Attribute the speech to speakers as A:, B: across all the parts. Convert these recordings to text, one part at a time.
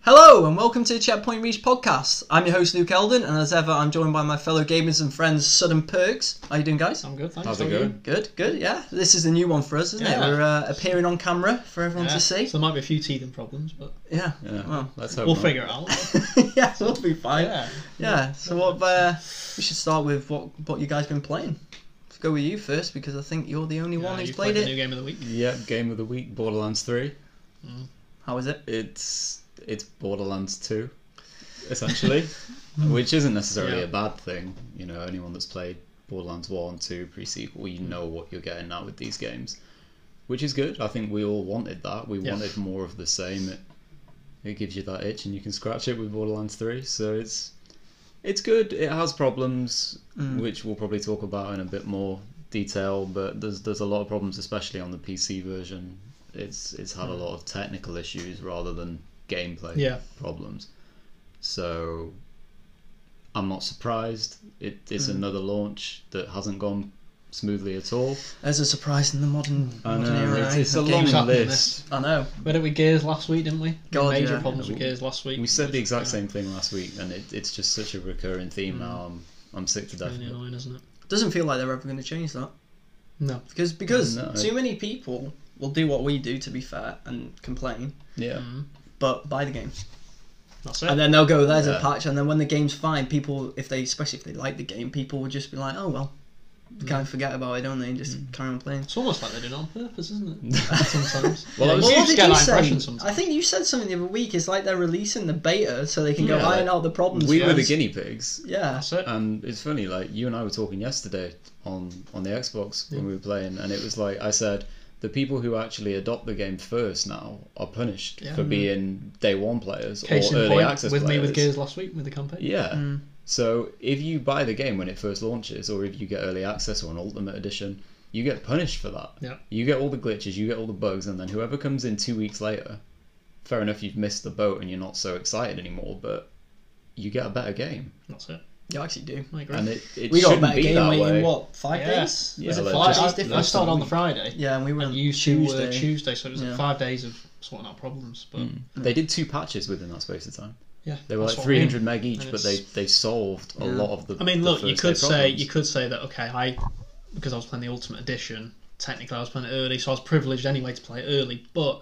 A: Hello and welcome to the Checkpoint Reach podcast. I'm your host Luke Eldon, and as ever, I'm joined by my fellow gamers and friends Sudden Perks. How you doing, guys?
B: I'm good, thanks.
C: How's
B: how
C: it
B: are you?
C: going?
A: Good, good. Yeah, this is a new one for us, isn't
B: Yeah.
A: it? We're uh, appearing on camera for everyone
B: Yeah,
A: to see.
B: So there might be a few teething problems, but
A: yeah.
C: Yeah.
A: Well.
C: Let's hope
B: we'll
C: not.
B: figure it out.
A: yeah, we'll be fine. Yeah.
B: yeah.
A: So what? Uh, we should start with what what you guys been playing. Let's go with you first because I think you're the only
B: Yeah,
A: one who's
B: you
A: played,
B: the
A: it.
B: new game of the week.
C: Yeah, game of the week, Borderlands Three.
A: How is it?
C: It's it's Borderlands Two, essentially, which isn't necessarily
B: Hmm. Yeah.
C: a bad thing. You know, anyone that's played Borderlands One, Two, pre-sequel,
B: Hmm.
C: you know what you're getting now with these games, which is good. I think we all wanted that. We
B: Yeah.
C: wanted more of the same. It it gives you that itch, and you can scratch it with Borderlands Three. So it's it's good. It has problems,
A: Mm.
C: which we'll probably talk about in a bit more detail. But there's there's a lot of problems, especially on the PC version. It's it's had a lot of technical issues rather than gameplay
B: Mm. Yeah.
C: problems. So I'm not surprised. It, it's
A: Mm.
C: another launch that hasn't gone smoothly at all.
A: As a surprise in the modern
C: I
A: modern
C: know
A: era. eh?
C: it's, it's a
A: of
C: long
A: games.
B: up on
C: list.
A: I know.
B: We had it with Gears last week, didn't we?
A: God,
B: Major
A: yeah.
B: problems with
C: Yeah, we-
B: Gears last week.
C: We said the exact
B: Yeah.
C: same thing last week, and it, it's just such a recurring theme now. I'm, I'm sick to death.
B: Mm. Really
C: of it.
B: annoying, isn't it?
A: Doesn't feel like they're ever going to change that.
B: No.
A: Because because
C: Oh, No.
A: too many people will do what we do to be fair and complain,
C: Yeah.
B: Mm.
A: but buy the games
B: That's it.
A: and then they'll go there's a
C: Yeah.
A: patch and then when the game's fine, people if they especially if they like the game, people will just be like oh well,
C: Mm.
A: kind of forget about it, don't they? And just carry on playing.
B: it's almost like they're doing it on purpose, isn't it? Sometimes.
C: Well, I
B: Yeah,
C: was-
B: you
C: Well,
A: what
B: just
A: did
B: get
A: you
B: that impression
A: say?
B: sometimes.
A: I think you said something the other week. It's like they're releasing the beta so they can go
C: Yeah.
A: iron out the
B: Mm.
A: problems.
C: We were the
A: first.
C: guinea pigs.
A: yeah.
B: That's it.
C: And Um, it's funny, like you and I were talking yesterday on on the Xbox when we were playing, and it was like I said, the people who actually adopt the game first now are punished
B: Yeah.
C: for
B: Mm.
C: being day one players
B: Case in
C: or early
B: point,
C: access
B: with
C: players.
B: me with Gears last week with the campaign.
C: Yeah.
A: Mm.
C: So if you buy the game when it first launches, or if you get early access or an ultimate edition, you get punished for that.
B: Yeah.
C: You get all the glitches, you get all the bugs, and then whoever comes in two weeks later, fair enough, you've missed the boat and you're not so excited anymore, but you get a better game,
B: That's it.
A: You actually do.
B: I agree.
C: and it, it
A: We got a
C: shouldn't
A: better
C: be
A: game
C: that
A: waiting
C: way.
A: what five
B: Yeah.
A: days?
C: Yeah,
B: was it
C: like,
B: five?
C: just-
B: I,
A: just
B: I
C: less
B: started
C: than
B: on
C: a
B: the Friday.
A: Yeah, and we were on
B: And you two
A: Tuesday.
B: were Tuesday, so it was like
A: Yeah.
B: five days of sorting out problems. But
C: They did two patches within that space of time.
B: yeah,
C: They were
B: that's
C: like
B: what I mean.
C: 300 meg each,
B: And
C: but they
B: it's-
C: they solved a
A: Yeah.
C: lot of the.
B: I mean,
C: the
B: look, you
C: first day
B: could say
C: problems.
B: you could say that okay, I because I was playing the Ultimate Edition. Technically, I was playing it early, so I was privileged anyway to play it early. But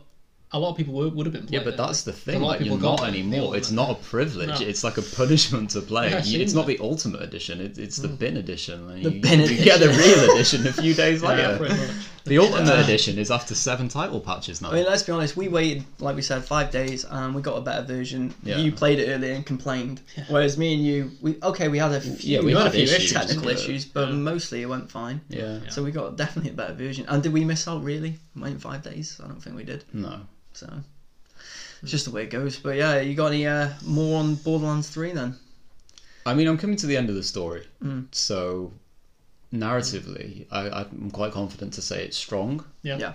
B: a lot of people would, would have been.
C: Yeah,
B: Playing
C: but
B: it
C: that's the
B: A
C: thing.
B: lot of
C: Like,
B: people
C: you're not
B: got it.
C: anymore. It's not a privilege.
B: No.
C: It's like a punishment to play.
B: Yeah, Hmm. I've
C: You- it's
B: seen
C: not the ultimate edition. It, it's the bin edition. and
A: The
C: you,
A: bin
C: you get the real edition a few days
B: early. yeah,
C: later.
B: pretty much.
C: the ultimate edition is after seven title patches now.
A: I mean, let's be honest. We waited, like we said, five days, and we got a better version.
C: Yeah.
A: You played it earlier and complained, whereas me and you, we okay, we had a few,
C: yeah, we
B: had
C: had
B: a few
C: issues,
A: technical
C: but-
A: issues, but
B: Yeah.
A: mostly it went fine.
C: Yeah.
B: Yeah.
A: So we got definitely a better version. And did we miss out really? Waiting five days? I don't think we did.
C: No.
A: So it's just the way it goes. But yeah, you got any uh, more on Borderlands Three then?
C: I mean, I'm coming to the end of the story.
A: Mm.
C: So, narratively, I, I'm quite confident to say it's strong.
B: Yeah.
A: Yeah.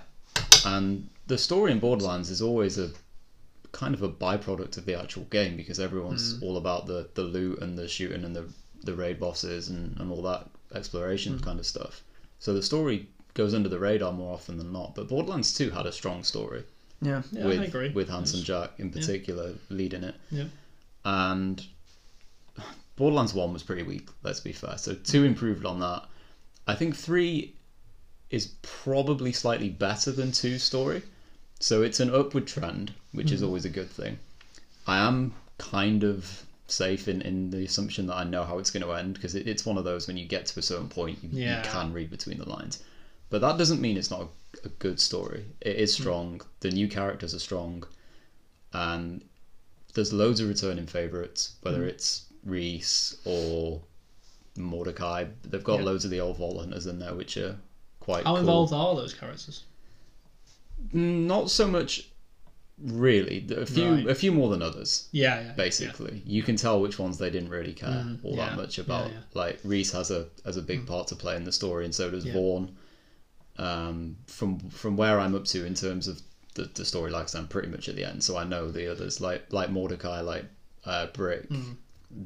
C: and the story in Borderlands is always a kind of a byproduct of the actual game because everyone's all about the, the loot and the shooting and the, the raid bosses and, and all that exploration kind of stuff. So the story goes under the radar more often than not. But Borderlands 2 had a strong story
A: Yeah.
B: Yeah,
C: with,
B: I agree.
C: with Handsome Jack in particular leading it.
B: Yeah.
C: And Borderlands 1 was pretty weak, let's be fair. So 2 improved on that. I think 3 is probably slightly better than 2's story. So it's an upward trend, which
B: Hmm.
C: is always a good thing. I am kind of safe in, in the assumption that I know how it's going to end because it, it's one of those when you get to a certain point, you,
B: Yeah.
C: you can read between the lines. But that doesn't mean it's not a, a good story. It is
B: Hmm.
C: strong. The new characters are strong. And there's loads of returning favourites, whether
B: Hmm.
C: it's Reese or Mordecai. They've got
B: Yeah.
C: loads of the old Vault Hunters in there, which are quite
B: How
C: cool.
B: involved are those characters?
C: Mm, Not so much, really. A few,
B: Right.
C: a few more than others.
B: Yeah, yeah.
C: Basically, you can tell which ones they didn't really care
B: Mm,
C: all
B: yeah,
C: that much
B: yeah,
C: about.
B: yeah. Mm.
C: Like Reese has a has a big part to play in the story, and so does
B: Yeah.
C: Vaughn. Um, from from where I'm up to in terms of the, the story, like I said, I'm pretty much at the end, so I know the others like like Mordecai, like uh, Brick.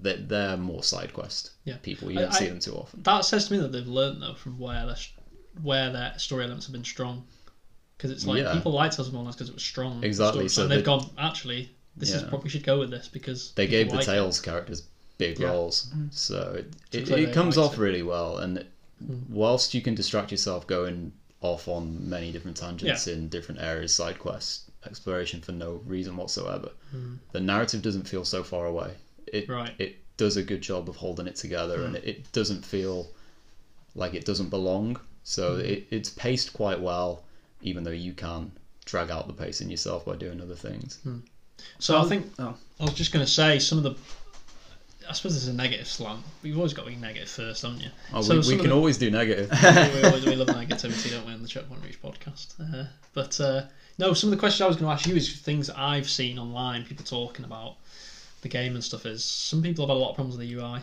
C: That they're more side quest
B: Mm. Yeah.
C: people. You
B: I-
C: don't see
B: I-
C: them too often.
B: That says to me that they've learned though from where their where their story elements have been strong, because it's like
C: Yeah.
B: people liked Hell's because it was strong. and
C: Exactly,
B: stuff,
C: so
B: and
C: they-
B: they've gone actually This is
C: Yeah.
B: what we should go with this because
C: They
B: people
C: gave the
B: like it.
C: Tails characters big
B: Yeah.
C: roles, so it, it,
B: clearly
C: it comes
B: it
C: off
B: likes it.
C: really well. And whilst you can distract yourself going off on many different tangents in different areas, side quests, exploration for no reason whatsoever, the narrative doesn't feel so far away. It
B: Right. Hmm.
C: it does a good job of holding it together, and it, it doesn't feel like it doesn't belong.
B: Hmm.
C: So it, it's paced quite well, even though you can drag out the pacing yourself by doing other things.
B: So I think
A: Oh,
B: Um, I was just going to say some of the. I suppose this is a negative slant. We've always got to be negative first, haven't you?
C: Oh,
B: So
C: we,
B: some
C: we
B: of
C: can
B: the-
C: always do negative.
B: we, always, we love negativity, don't we, on the Checkpoint Reach podcast? Uh, but uh, no, some of the questions I was going to ask you is things that I've seen online, people talking about the game and stuff. Is some people have had a lot of problems with the UI.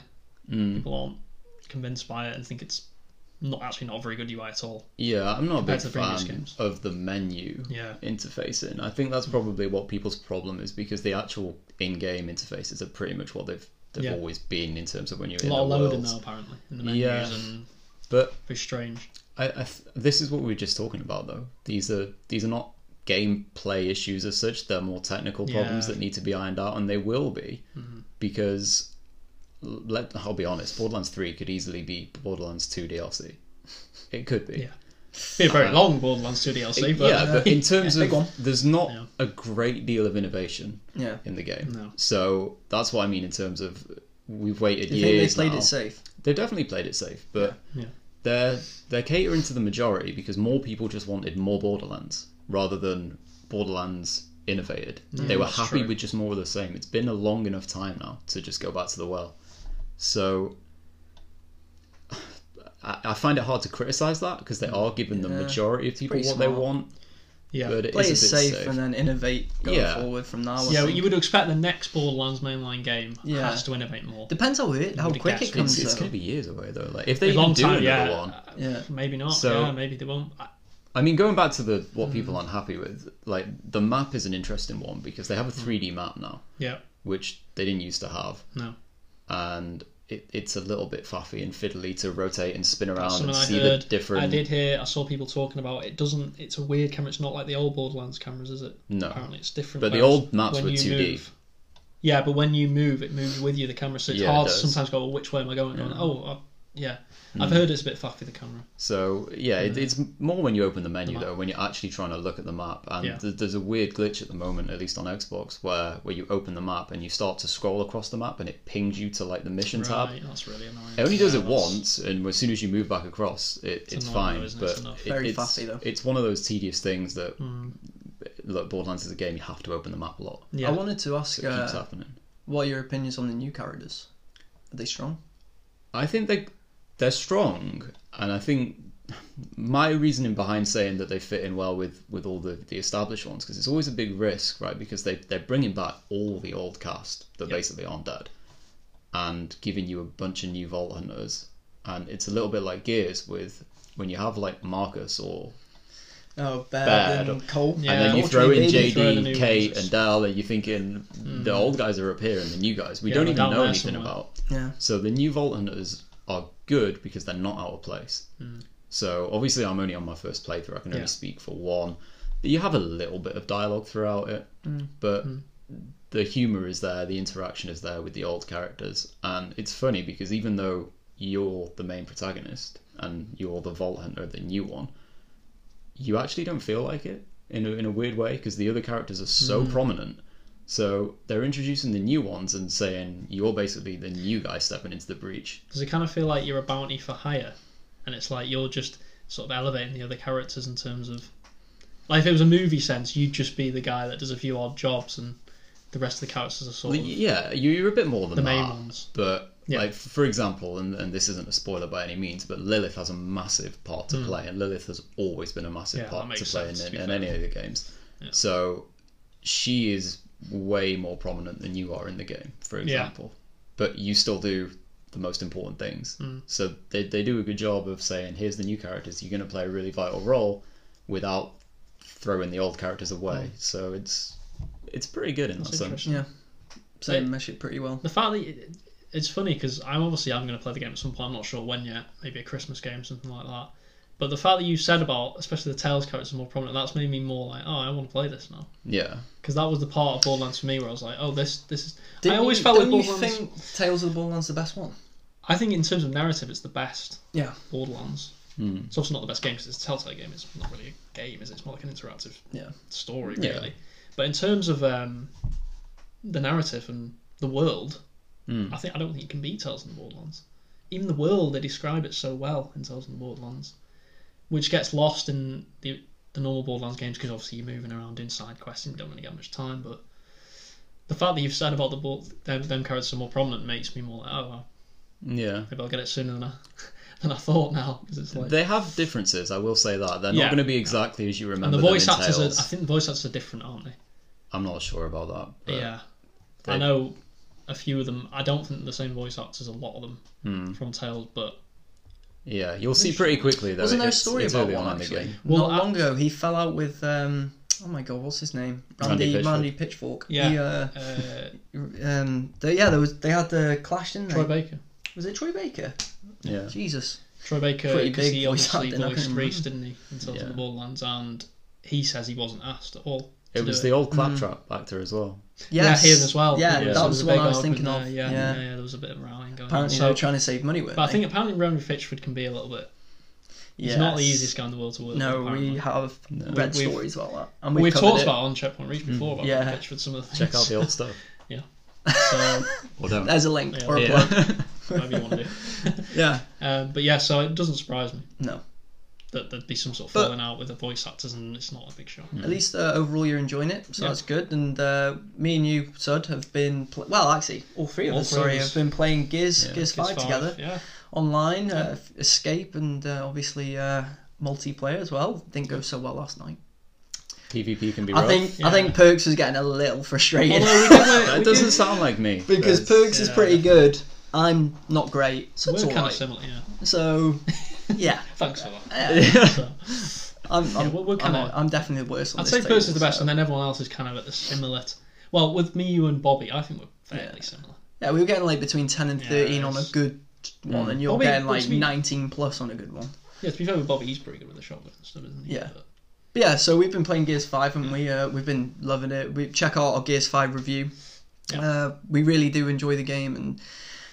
C: Mm.
B: People aren't convinced by it and think it's not actually not a very good UI at all.
C: Yeah, I'm not a
B: Compared
C: big
B: to the previous
C: fan
B: games.
C: of the menu
B: Yeah.
C: interfacing. I think that's probably what people's problem is because the actual in-game interfaces are pretty much what they've they've
B: Yeah.
C: always been in terms of when you're
B: A
C: in
B: lot
C: the
B: of loading
C: world.
B: now, apparently, in the menus,
C: Yeah.
B: and
C: But
B: very strange.
C: I, I th- this is what we were just talking about though. These are these are not gameplay issues as such. They're more technical problems
B: Yeah. Mm-hmm.
C: that need to be ironed out, and they will be because l- let I'll be honest. Borderlands Three could easily be Borderlands Two DLC. It could be.
B: Yeah. Be a very long Borderlands 2 DLC, but
C: Uh, yeah, but in terms
A: big one.
C: of there's not
B: Yeah.
C: a great deal of innovation
A: yeah.
C: in the game.
B: No.
C: So that's what I mean in terms of we've waited
A: Do you think
C: years.
A: they played
C: now.
A: it safe?
C: They've definitely played it safe, but
B: Yeah. Yeah.
C: they're they're catering to the majority because more people just wanted more Borderlands rather than Borderlands innovated. they were
B: that's
C: happy
B: true.
C: with just more of the same. It's been a long enough time now to just go back to the well. So I, I find it hard to criticize that because they are giving the
A: Yeah.
C: majority of people what
A: pretty
C: they
A: smart.
C: want.
B: yeah.
C: But it
A: Play
C: is
A: it
C: a bit
A: safe, and then innovate going
C: Yeah.
A: forward from now. I
B: Yeah,
A: think.
B: you would expect the next Borderlands mainline game
A: Yeah.
B: has to innovate more.
A: Depends how it, how
B: would have
A: quick
B: guessed
A: it
C: It's,
A: comes.
C: it's
A: out.
C: going to be years away though. Like if they
B: A long
C: even do
B: time,
C: another
B: yeah.
C: one,
A: Yeah.
B: Maybe not.
C: So-
B: yeah, maybe they won't. I-
C: I mean, going back to the
B: Mm.
C: what people aren't happy with, like the map is an interesting one because they have
B: Mm.
C: a 3D map now,
B: Yeah,
C: which they didn't used to have,
B: no.
C: and it, it's a little bit faffy and fiddly to rotate and spin around
B: Something
C: and
B: I
C: see
B: heard.
C: the different.
B: I did hear. I saw people talking about it. Doesn't. It's a weird camera. It's not like the old Borderlands cameras, is it?
C: No.
B: Apparently, it's different.
C: But the
B: whereas
C: old maps
B: when
C: were
B: you
C: 2D.
B: move- yeah, but when you move, it moves with you. The camera, so it's
C: Yeah, it
B: hard to
C: does. Hmm.
B: sometimes go. Well, which way am I going? Going, Oh, I, yeah. I've heard it's a bit faffy the camera.
C: So yeah, it, it's more when you open the
B: Mm.
C: menu
B: map.
C: though, when you're actually trying to look at the map, and
B: Yeah.
C: th- there's a weird glitch at the moment, at least on Xbox, where where you open the map and you start to scroll across the map, and it pings you to like the mission tab.
B: Right, that's really annoying.
C: It only does
B: Yeah,
C: it
B: that's-
C: once, and as soon as you move back across, it, it's,
B: annoying
C: fine.
B: though, isn't it?
C: but
B: It's enough. Hmm.
C: it-
A: Very
C: it's,
A: fussy though.
C: it's one of those tedious things that look, Borderlands is a game you have to open the map a lot.
B: Yeah.
A: I wanted to ask
C: So it keeps
A: uh,
C: happening.
A: what are your opinions on the new characters? Are they strong?
C: I think they they're strong, and I think my reasoning behind saying that they fit in well with with all the the established ones because it's always a big risk, right? Because they they're bringing back all the old cast that
B: Yep.
C: basically aren't dead, and giving you a bunch of new Vault Hunters, and it's a little bit like Gears with when you have like Marcus or
A: Oh, bad,
C: Bad.
A: and Cole.
B: Yeah.
C: and then you
B: Ultra
C: throw in
A: Invader,
B: you throw in the new
C: JD, Kate,
B: ones. Hmm.
C: and Dal, and you're thinking the old guys are up here and the new guys we
B: Yeah,
C: don't
B: they're
C: even
B: down
C: know
B: there
C: anything
B: somewhere.
C: about.
A: Yeah.
C: So the new Vault Hunters are good because they're not out of place. So obviously, I'm only on my first playthrough. I can only
B: Yeah.
C: speak for one. But you have a little bit of dialogue throughout it, but the humor is there, the interaction is there with the old characters, and it's funny because even though you're the main protagonist and you're the Vault Hunter, the new one, you actually don't feel like it in a, in a weird way because the other characters are so
B: Hmm.
C: prominent. So they're introducing the new ones and saying you're basically the new guy stepping into the breach.
B: Does it kind of feel like you're a bounty for hire? And it's like you're just sort of elevating the other characters in terms of. Like, if it was a movie sense, you'd just be the guy that does a few odd jobs and the rest of the characters are sort
C: Well,
B: of.
C: yeah, you- you're a bit more than
B: The
C: that,
B: main ones.
C: But
B: Yeah.
C: like for example, and, and this isn't a spoiler by any means, but Lilith has a massive part to play, and Lilith has always been a massive
B: Hmm. Yeah, that
C: part to
B: makes
C: play
B: sense, to
C: in,
B: be
C: in
B: fair.
C: any of the games. So she is way more prominent than you are in the game, for example. But you still do the most important things.
B: Hmm.
C: So they, they do a good job of saying, here's the new characters, you're going to play a really vital role without throwing the old characters away. So it's it's pretty good in
B: Hmm. That's
C: that sense.
B: interesting.
A: Yeah. So they
B: They-
A: mesh it pretty well.
B: The fact that. It, it's funny because I'm obviously I'm going to play the game at some point. I'm not sure when yet. Maybe a Christmas game, something like that. But the fact that you said about, especially the Tails characters more prominent, that's made me more like, oh, I want to play this now.
C: Yeah.
B: Because that was the part of Borderlands for me where I was like, oh, this this is.
A: Didn't
B: I always
A: you,
B: felt with
A: didn't you
B: Borderlands.
A: think Tales of the Borderlands the best one?
B: I think in terms of narrative, it's the best
A: Yeah.
B: Borderlands.
C: Hmm.
B: It's also not the best game because it's a Telltale game. It's not really a game, is it? It's more like an interactive
A: Yeah.
B: story,
C: Yeah.
B: really. But in terms of um, the narrative and the world,
C: Mm.
A: Hmm.
B: I think I don't think it can be Tales from the Borderlands. Even the world, they describe it so well in Tales from the Borderlands, which gets lost in the the normal Borderlands games because obviously you're moving around doing side quests and you don't really get much time. But the fact that you've said about the Bor- them, them characters are more prominent makes me more like, oh, well,
C: Yeah.
B: maybe I'll get it sooner than I, than I thought now because it's like.
C: They have differences, I will say that. They're
B: Yeah.
C: not going to be exactly as you
B: and
C: remember
B: the voice
C: them in
B: actors, are,
C: Tales.
B: I think the voice actors are different, aren't they?
C: I'm not sure about that. but-
B: yeah,
C: they-
B: I know a few of them. I don't think the same voice actors. A lot of them
C: Hmm.
B: from Tales, but
C: Yeah, you'll see pretty quickly though.
A: Wasn't there a
C: it's-
A: story
C: it's
A: about
C: early
A: one
C: on in the
A: actually?
C: game.
B: Well,
A: Not
B: I-
A: long ago, he fell out with um. Oh my god, what's his name?
C: Randy
A: Randy
C: Pitchford.
A: Randy Pitchfork.
B: Yeah.
A: He, uh,
B: uh,
A: um. They, yeah, there was. They had the clash, didn't
B: Troy
A: they?
B: Baker.
A: was it Troy Baker?
C: Yeah.
A: Jesus.
B: Troy Baker,
A: Pretty
B: because
A: big
B: he
A: voice
B: obviously
A: acting, I
B: voiced
A: couldn't
B: Reese, didn't he, in Tales
C: Yeah.
B: of the Borderlands, and he says he wasn't asked at all. to
C: It
B: do
C: was the old claptrap actor as well.
A: Yes.
B: yeah, him as well.
A: Yeah,
C: Yeah.
A: that
B: So
A: was the
B: there's a
A: one
B: big
A: I was
B: argument
A: thinking of.
B: there,
A: Yeah.
B: Yeah, yeah, there was a bit of rowing going
A: Apparently they
B: on.
A: were
B: So,
A: trying to save money with.
B: but I think apparently Roman Fitchford can be a little bit. He's not the easiest guy in the world to work.
A: No,
B: with,
A: we
B: apparently.
A: have
C: No.
A: read
B: We've-
A: stories about that, and
B: we've,
A: we've, covered
B: talked
A: it. Mm.
B: about it on Checkpoint Reach before about
A: Yeah.
B: Roman Fitchford. Some of the things.
C: Check out the old stuff.
B: so
C: Or don't.
A: There's a link
B: Yeah.
A: or a plug.
C: yeah.
B: whatever you want to do.
A: Yeah.
B: Um, but yeah, so it doesn't surprise me
A: No.
B: that there'd be some sort of
A: But-
B: falling out with the voice actors, and it's not a big show.
A: At least uh, overall you're enjoying it, so
B: Yeah.
A: that's good. And uh, me and you, Sud, have been pl- well, actually, all three of
B: All
A: us.
B: three of
A: Sorry,
B: us.
A: have been playing Gears,
C: Yeah.
A: Gears,
B: It's
A: 5 together
B: Yeah.
A: online, uh, Escape, and uh, obviously uh, multiplayer as well. Didn't go so well last night.
C: PvP can be rough.
A: I think
B: Yeah.
A: I think Perks was getting a little frustrated
B: Although we did work- we
C: that
B: did-
C: doesn't sound like me.
A: because
C: That's-
A: Perks is
B: yeah.
A: pretty good. I'm not great, so
B: We're
A: it's
B: kind of
A: alright.
B: similar, yeah.
A: So, yeah,
B: Thanks for that.
A: yeah,
B: So,
A: I'm, I'm,
B: we're- we're
A: I'm,
B: kinda-
A: I'm definitely the worst. On
B: I'd
A: this
B: say
A: table,
B: Perks is the best,
A: so-
B: and then everyone else is kind of at the similar. T- well, with me, you, and Bobby, I think we're fairly
A: Yeah.
B: similar.
A: Yeah, we were getting like between 10 and
B: Yeah,
A: 13 on a
B: it's-
A: good one, and you're
B: Mm. Well, we-
A: getting
B: well,
A: like
B: to be-
A: 19 plus on a good one.
B: Yeah, to be fair with Bobby, he's pretty good with the shotgun and stuff, isn't he?
A: Yeah.
B: But
A: But yeah, so we've been playing Gears 5
B: Mm.
A: and we, uh, we've been loving it. We check out our Gears 5 review.
B: Yeah.
A: Uh, we really do enjoy the game and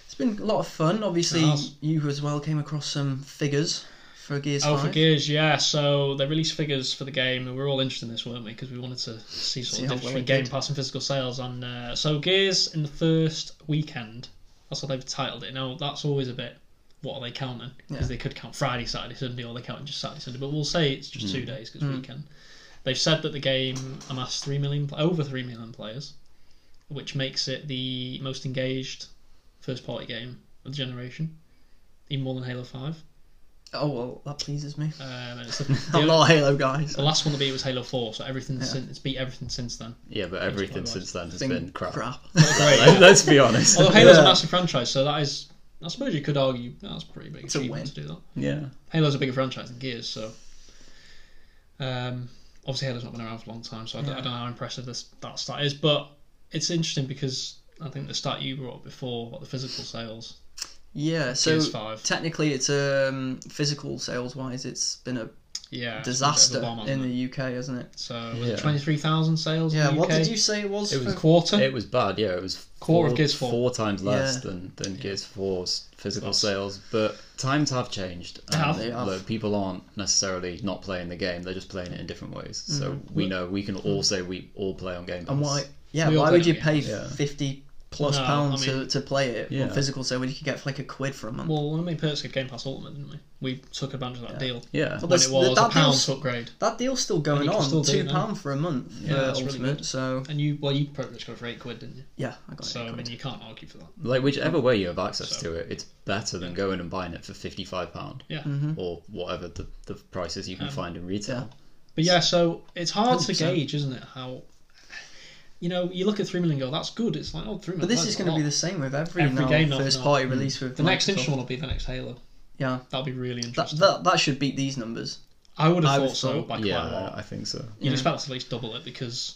A: it's been a lot of fun. Obviously,
B: Nice.
A: you as well came across some figures for Gears
B: oh,
A: 5.
B: for Gears, yeah. So they released figures for the game, and we were all interested in this, weren't we? Because we wanted to
A: See
B: see sort
A: how
B: of
A: well
B: different
A: it
B: Game
A: did.
B: Pass and physical sales. And uh, so Gears in the first weekend, that's what they've titled it. Now that's always a bit. What are they counting? Because
A: Yeah.
B: they could count Friday, Saturday, Sunday, or they count just Saturday, Sunday. But we'll say it's just
A: Hmm.
B: two days because weekend. They've said that the game amassed three million, pl- over three million players, which makes it the most engaged first-party game of the generation, even more than Halo Five.
A: Oh, well, that pleases me.
B: Um, and it's the,
A: I'm
B: the-
A: not a Halo guy. so
B: the last one to beat was Halo Four, so everything
A: Yeah.
B: since it's beat everything since then.
C: Yeah, but everything
B: That's
C: since then has
A: thing-
C: been crap.
B: Great.
C: Let's be honest.
B: Although Halo's
A: Yeah.
B: a massive franchise, so that is, I suppose you could argue that's pretty big
A: It's a
B: achievement
A: win.
B: to do that.
C: Yeah.
B: Halo's a bigger franchise than Gears, so um, obviously Halo's not been around for a long time, so I don't, I
A: Yeah.
B: don't know how impressive this that stat is. But it's interesting because I think the stat you brought up before about the physical sales,
A: Yeah, so
B: Gears Five,
A: technically it's um, physical sales-wise, it's been a
B: yeah, it's a bit of a
A: disaster
B: bomb, hasn't
A: in
B: it?
A: the UK, hasn't it?
B: So was
C: Yeah.
B: it twenty three thousand sales? in
A: Yeah,
B: the
A: what
B: UK?
A: did you say it was?
C: It was
A: for-
B: quarter?
C: It was bad, yeah. It was
B: Core
C: four,
B: of Gears 4.
C: four times less
A: Yeah.
C: than, than Gears 4's physical
B: That's-
C: sales, but times have changed.
B: They have.
A: They have.
C: look, people aren't necessarily not playing the game, they're just playing it in different ways. So we know we can
B: mm-hmm.
C: all say we all play on Game Pass.
A: Mm-hmm. And why? Yeah,
B: We all
A: why
B: play
A: would you
B: that
A: pay
C: game. Yeah.
A: fifty plus
B: No, I
A: pounds
B: mean-
A: to, to play it
C: Yeah.
A: on physical sale when you could get for like a quid for a month?
B: Well, when we purchased Game Pass Ultimate, didn't we? We took advantage of that
A: Yeah.
B: deal.
C: Yeah.
A: Well,
B: When
A: that's-
B: it was a
A: that
B: pound
A: deal's-
B: to upgrade,
A: that deal's still going
B: you can
A: on.
B: still do
A: Two
B: it now.
A: pound for a month
C: Yeah,
A: for
B: that's really
A: ultimate.
B: good.
A: so
B: and you well, you pretty much got it for eight quid, didn't you?
A: yeah, I got
B: So
A: it.
B: I mean,
A: quid.
B: you can't argue for that.
C: Like whichever way you have access
B: So-
C: to it, it's better than going and buying it for fifty five pound
B: Yeah.
A: Mm-hmm.
C: or whatever the, the prices you can
B: Um,
C: find in retail.
B: But yeah, so it's hard to
A: 100%.
B: gauge, isn't it? How you know you look at three million, and go that's good. It's like oh, three million.
A: But this is going to be the same with every,
B: Every
A: now
B: game now,
A: first
B: no.
A: party release with
B: the next
A: Microsoft.
B: interesting one will be the next Halo.
A: Yeah,
B: That'll be really
A: that,
B: interesting.
A: that that should beat these numbers.
B: I would have
A: I
B: thought
A: would've
B: so
A: thought-
B: by quite a
C: Yeah,
B: lot.
C: I think so.
B: You'd
A: Yeah.
B: expect to at least double it because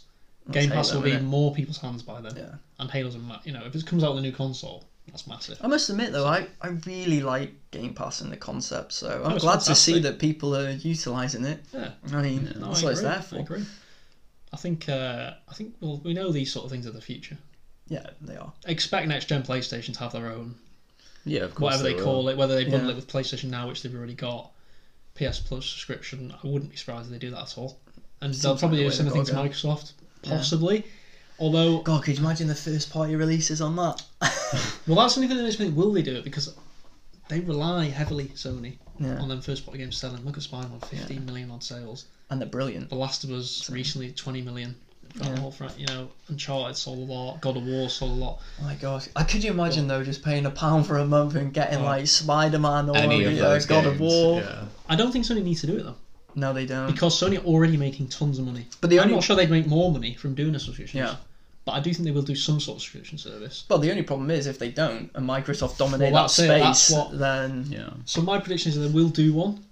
B: Game
A: That's
B: Pass
A: Halo,
B: will be
A: innit?
B: in more people's hands by then,
A: Yeah.
B: and Halo's a ma- you know if it comes out on the new console, That's massive.
A: I must admit though, I, I really like Game Pass and the concept, so I'm
B: Oh, it's
A: glad to see
B: fantastic.
A: that people are utilising it.
B: Yeah.
A: I mean, that's
B: No, I
A: what
B: agree.
A: it's there
B: I
A: for.
B: agree. I think uh, I think well we know these sort of things are the future.
A: Yeah, they are.
B: Expect next gen PlayStation to have their own
C: Yeah, of course.
B: whatever they, call it, whether they bundle
A: Yeah.
B: it with PlayStation Now, which they've already got, PS Plus subscription. I wouldn't be surprised if they do that at all. And
A: Seems
B: they'll
A: like
B: probably
A: the
B: do
A: way
B: similar thing
A: they've
B: to
A: got
B: Microsoft, possibly. Although,
A: God, could you imagine the first party releases on that?
B: well, that's something that makes me think: Will they do it? Because they rely heavily Sony
A: yeah,
B: on them first party games selling. Look at Spider-Man, fifteen million on sales.
A: and they're brilliant.
B: The Last of Us recently, twenty million.
A: Yeah.
B: Yeah. You know, Uncharted sold a lot. God of War sold a lot.
A: Oh my gosh, I could you imagine though just paying a pound for a month and getting
B: Oh.
A: like Spider Man or
C: Any of
A: uh,
C: those
A: God
C: games,
A: of War?
C: Yeah.
B: I don't think Sony needs to do it though,
A: No, they don't.
B: because Sony are already making tons of money.
A: but the
B: I'm
A: only
B: not sure they'd make more money from doing a subscription.
A: Yeah.
B: But I do think they will do some sort of subscription service.
A: well, the only problem is if they don't and Microsoft dominate
B: Well,
A: that
B: that's it, that's
A: space,
B: what-
A: then
C: Yeah.
B: So my prediction is they will do one,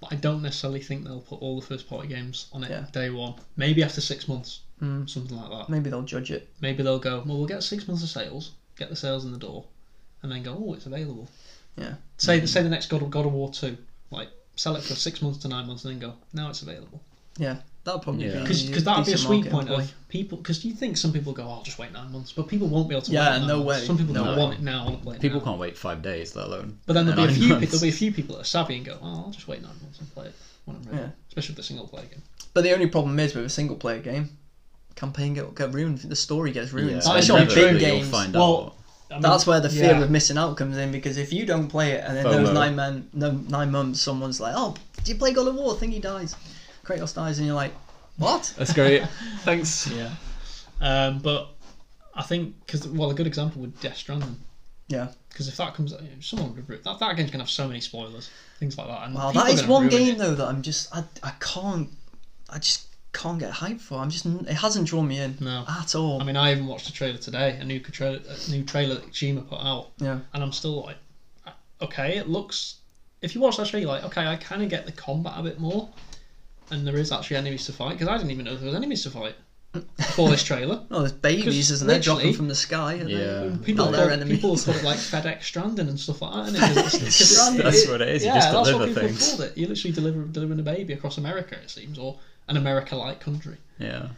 B: but I don't necessarily think they'll put all the first party games on it
A: Yeah.
B: day one. Maybe after six months,
A: Hmm.
B: something like that.
A: maybe they'll judge it.
B: Maybe they'll go, well, we'll get six months of sales, get the sales in the door, and then go, oh, it's available.
A: Yeah.
B: Say the say the next God of God of War two, like sell it for six months to nine months, and then go, now it's available.
A: That'd probably
C: Yeah.
A: be
B: Because that would be a
A: Mm, decent
B: sweet
A: marketing
B: point
A: ploy.
B: of people. Because you think some people go, oh, I'll just wait nine months, but people won't be able to.
A: Yeah,
B: wait nine
A: no
B: months.
A: way,
B: Some people
A: no
B: don't
A: way.
B: want it now. Want to play it
C: People
B: now.
C: can't wait five days, let alone.
B: But then there'll be a
C: Nine
B: few.
C: months.
B: There'll be a few people that are savvy and go, "Oh, I'll just wait nine months and play it when I'm ready."
A: Yeah.
B: Especially with the single player game.
A: But the only problem is with a single player game, campaign get, get ruined. The story gets ruined.
C: Yeah,
B: That's
A: Especially on
B: never-
A: big
C: eventually you'll
A: games.
C: Find
B: Well,
C: out.
B: I mean,
A: That's where the fear
B: yeah.
A: of missing out comes in because if you don't play it and in those
C: FOMO.
A: nine men, no, nine months, someone's like, "Oh, do you play God of War?" I think he dies. Kratos dies, and you're like, "What?"
C: That's great. Thanks.
B: Yeah. Um, but I think because well, a good example would Death Stranding.
A: Yeah.
B: Because if that comes, you know, someone would ru- that that game's gonna have so many spoilers, things like that. And
A: Wow,
B: people
A: that
B: are
A: is
B: gonna
A: one
B: ruin
A: game
B: it.
A: though that I'm just I, I can't I just can't get hyped for. I'm just it hasn't drawn me in
B: No.
A: at all.
B: I mean, I even watched a trailer today, a new trailer, a new trailer that Kojima put out,
A: yeah,
B: and I'm still like, okay, it looks. If you watch that trailer, you're like, okay, I kind of get the combat a bit more, and there is actually enemies to fight because I didn't even know there was enemies to fight before this trailer.
A: no, Oh, there's babies,
B: 'Cause
A: isn't there? Dropping
B: literally-
A: from the sky. aren't they?
C: Yeah.
B: People
A: Not
B: have
A: their
B: called,
A: enemies.
B: people have called it like FedEx Stranding and stuff like that. and it? 'Cause it's- 'cause
A: Stranding.
C: That's what it is.
B: yeah,
C: you just
B: that's
C: deliver
B: what people
C: things.
B: called it. You literally deliver delivering a baby across America, it seems, or an America-like country. Ah,
C: Yeah.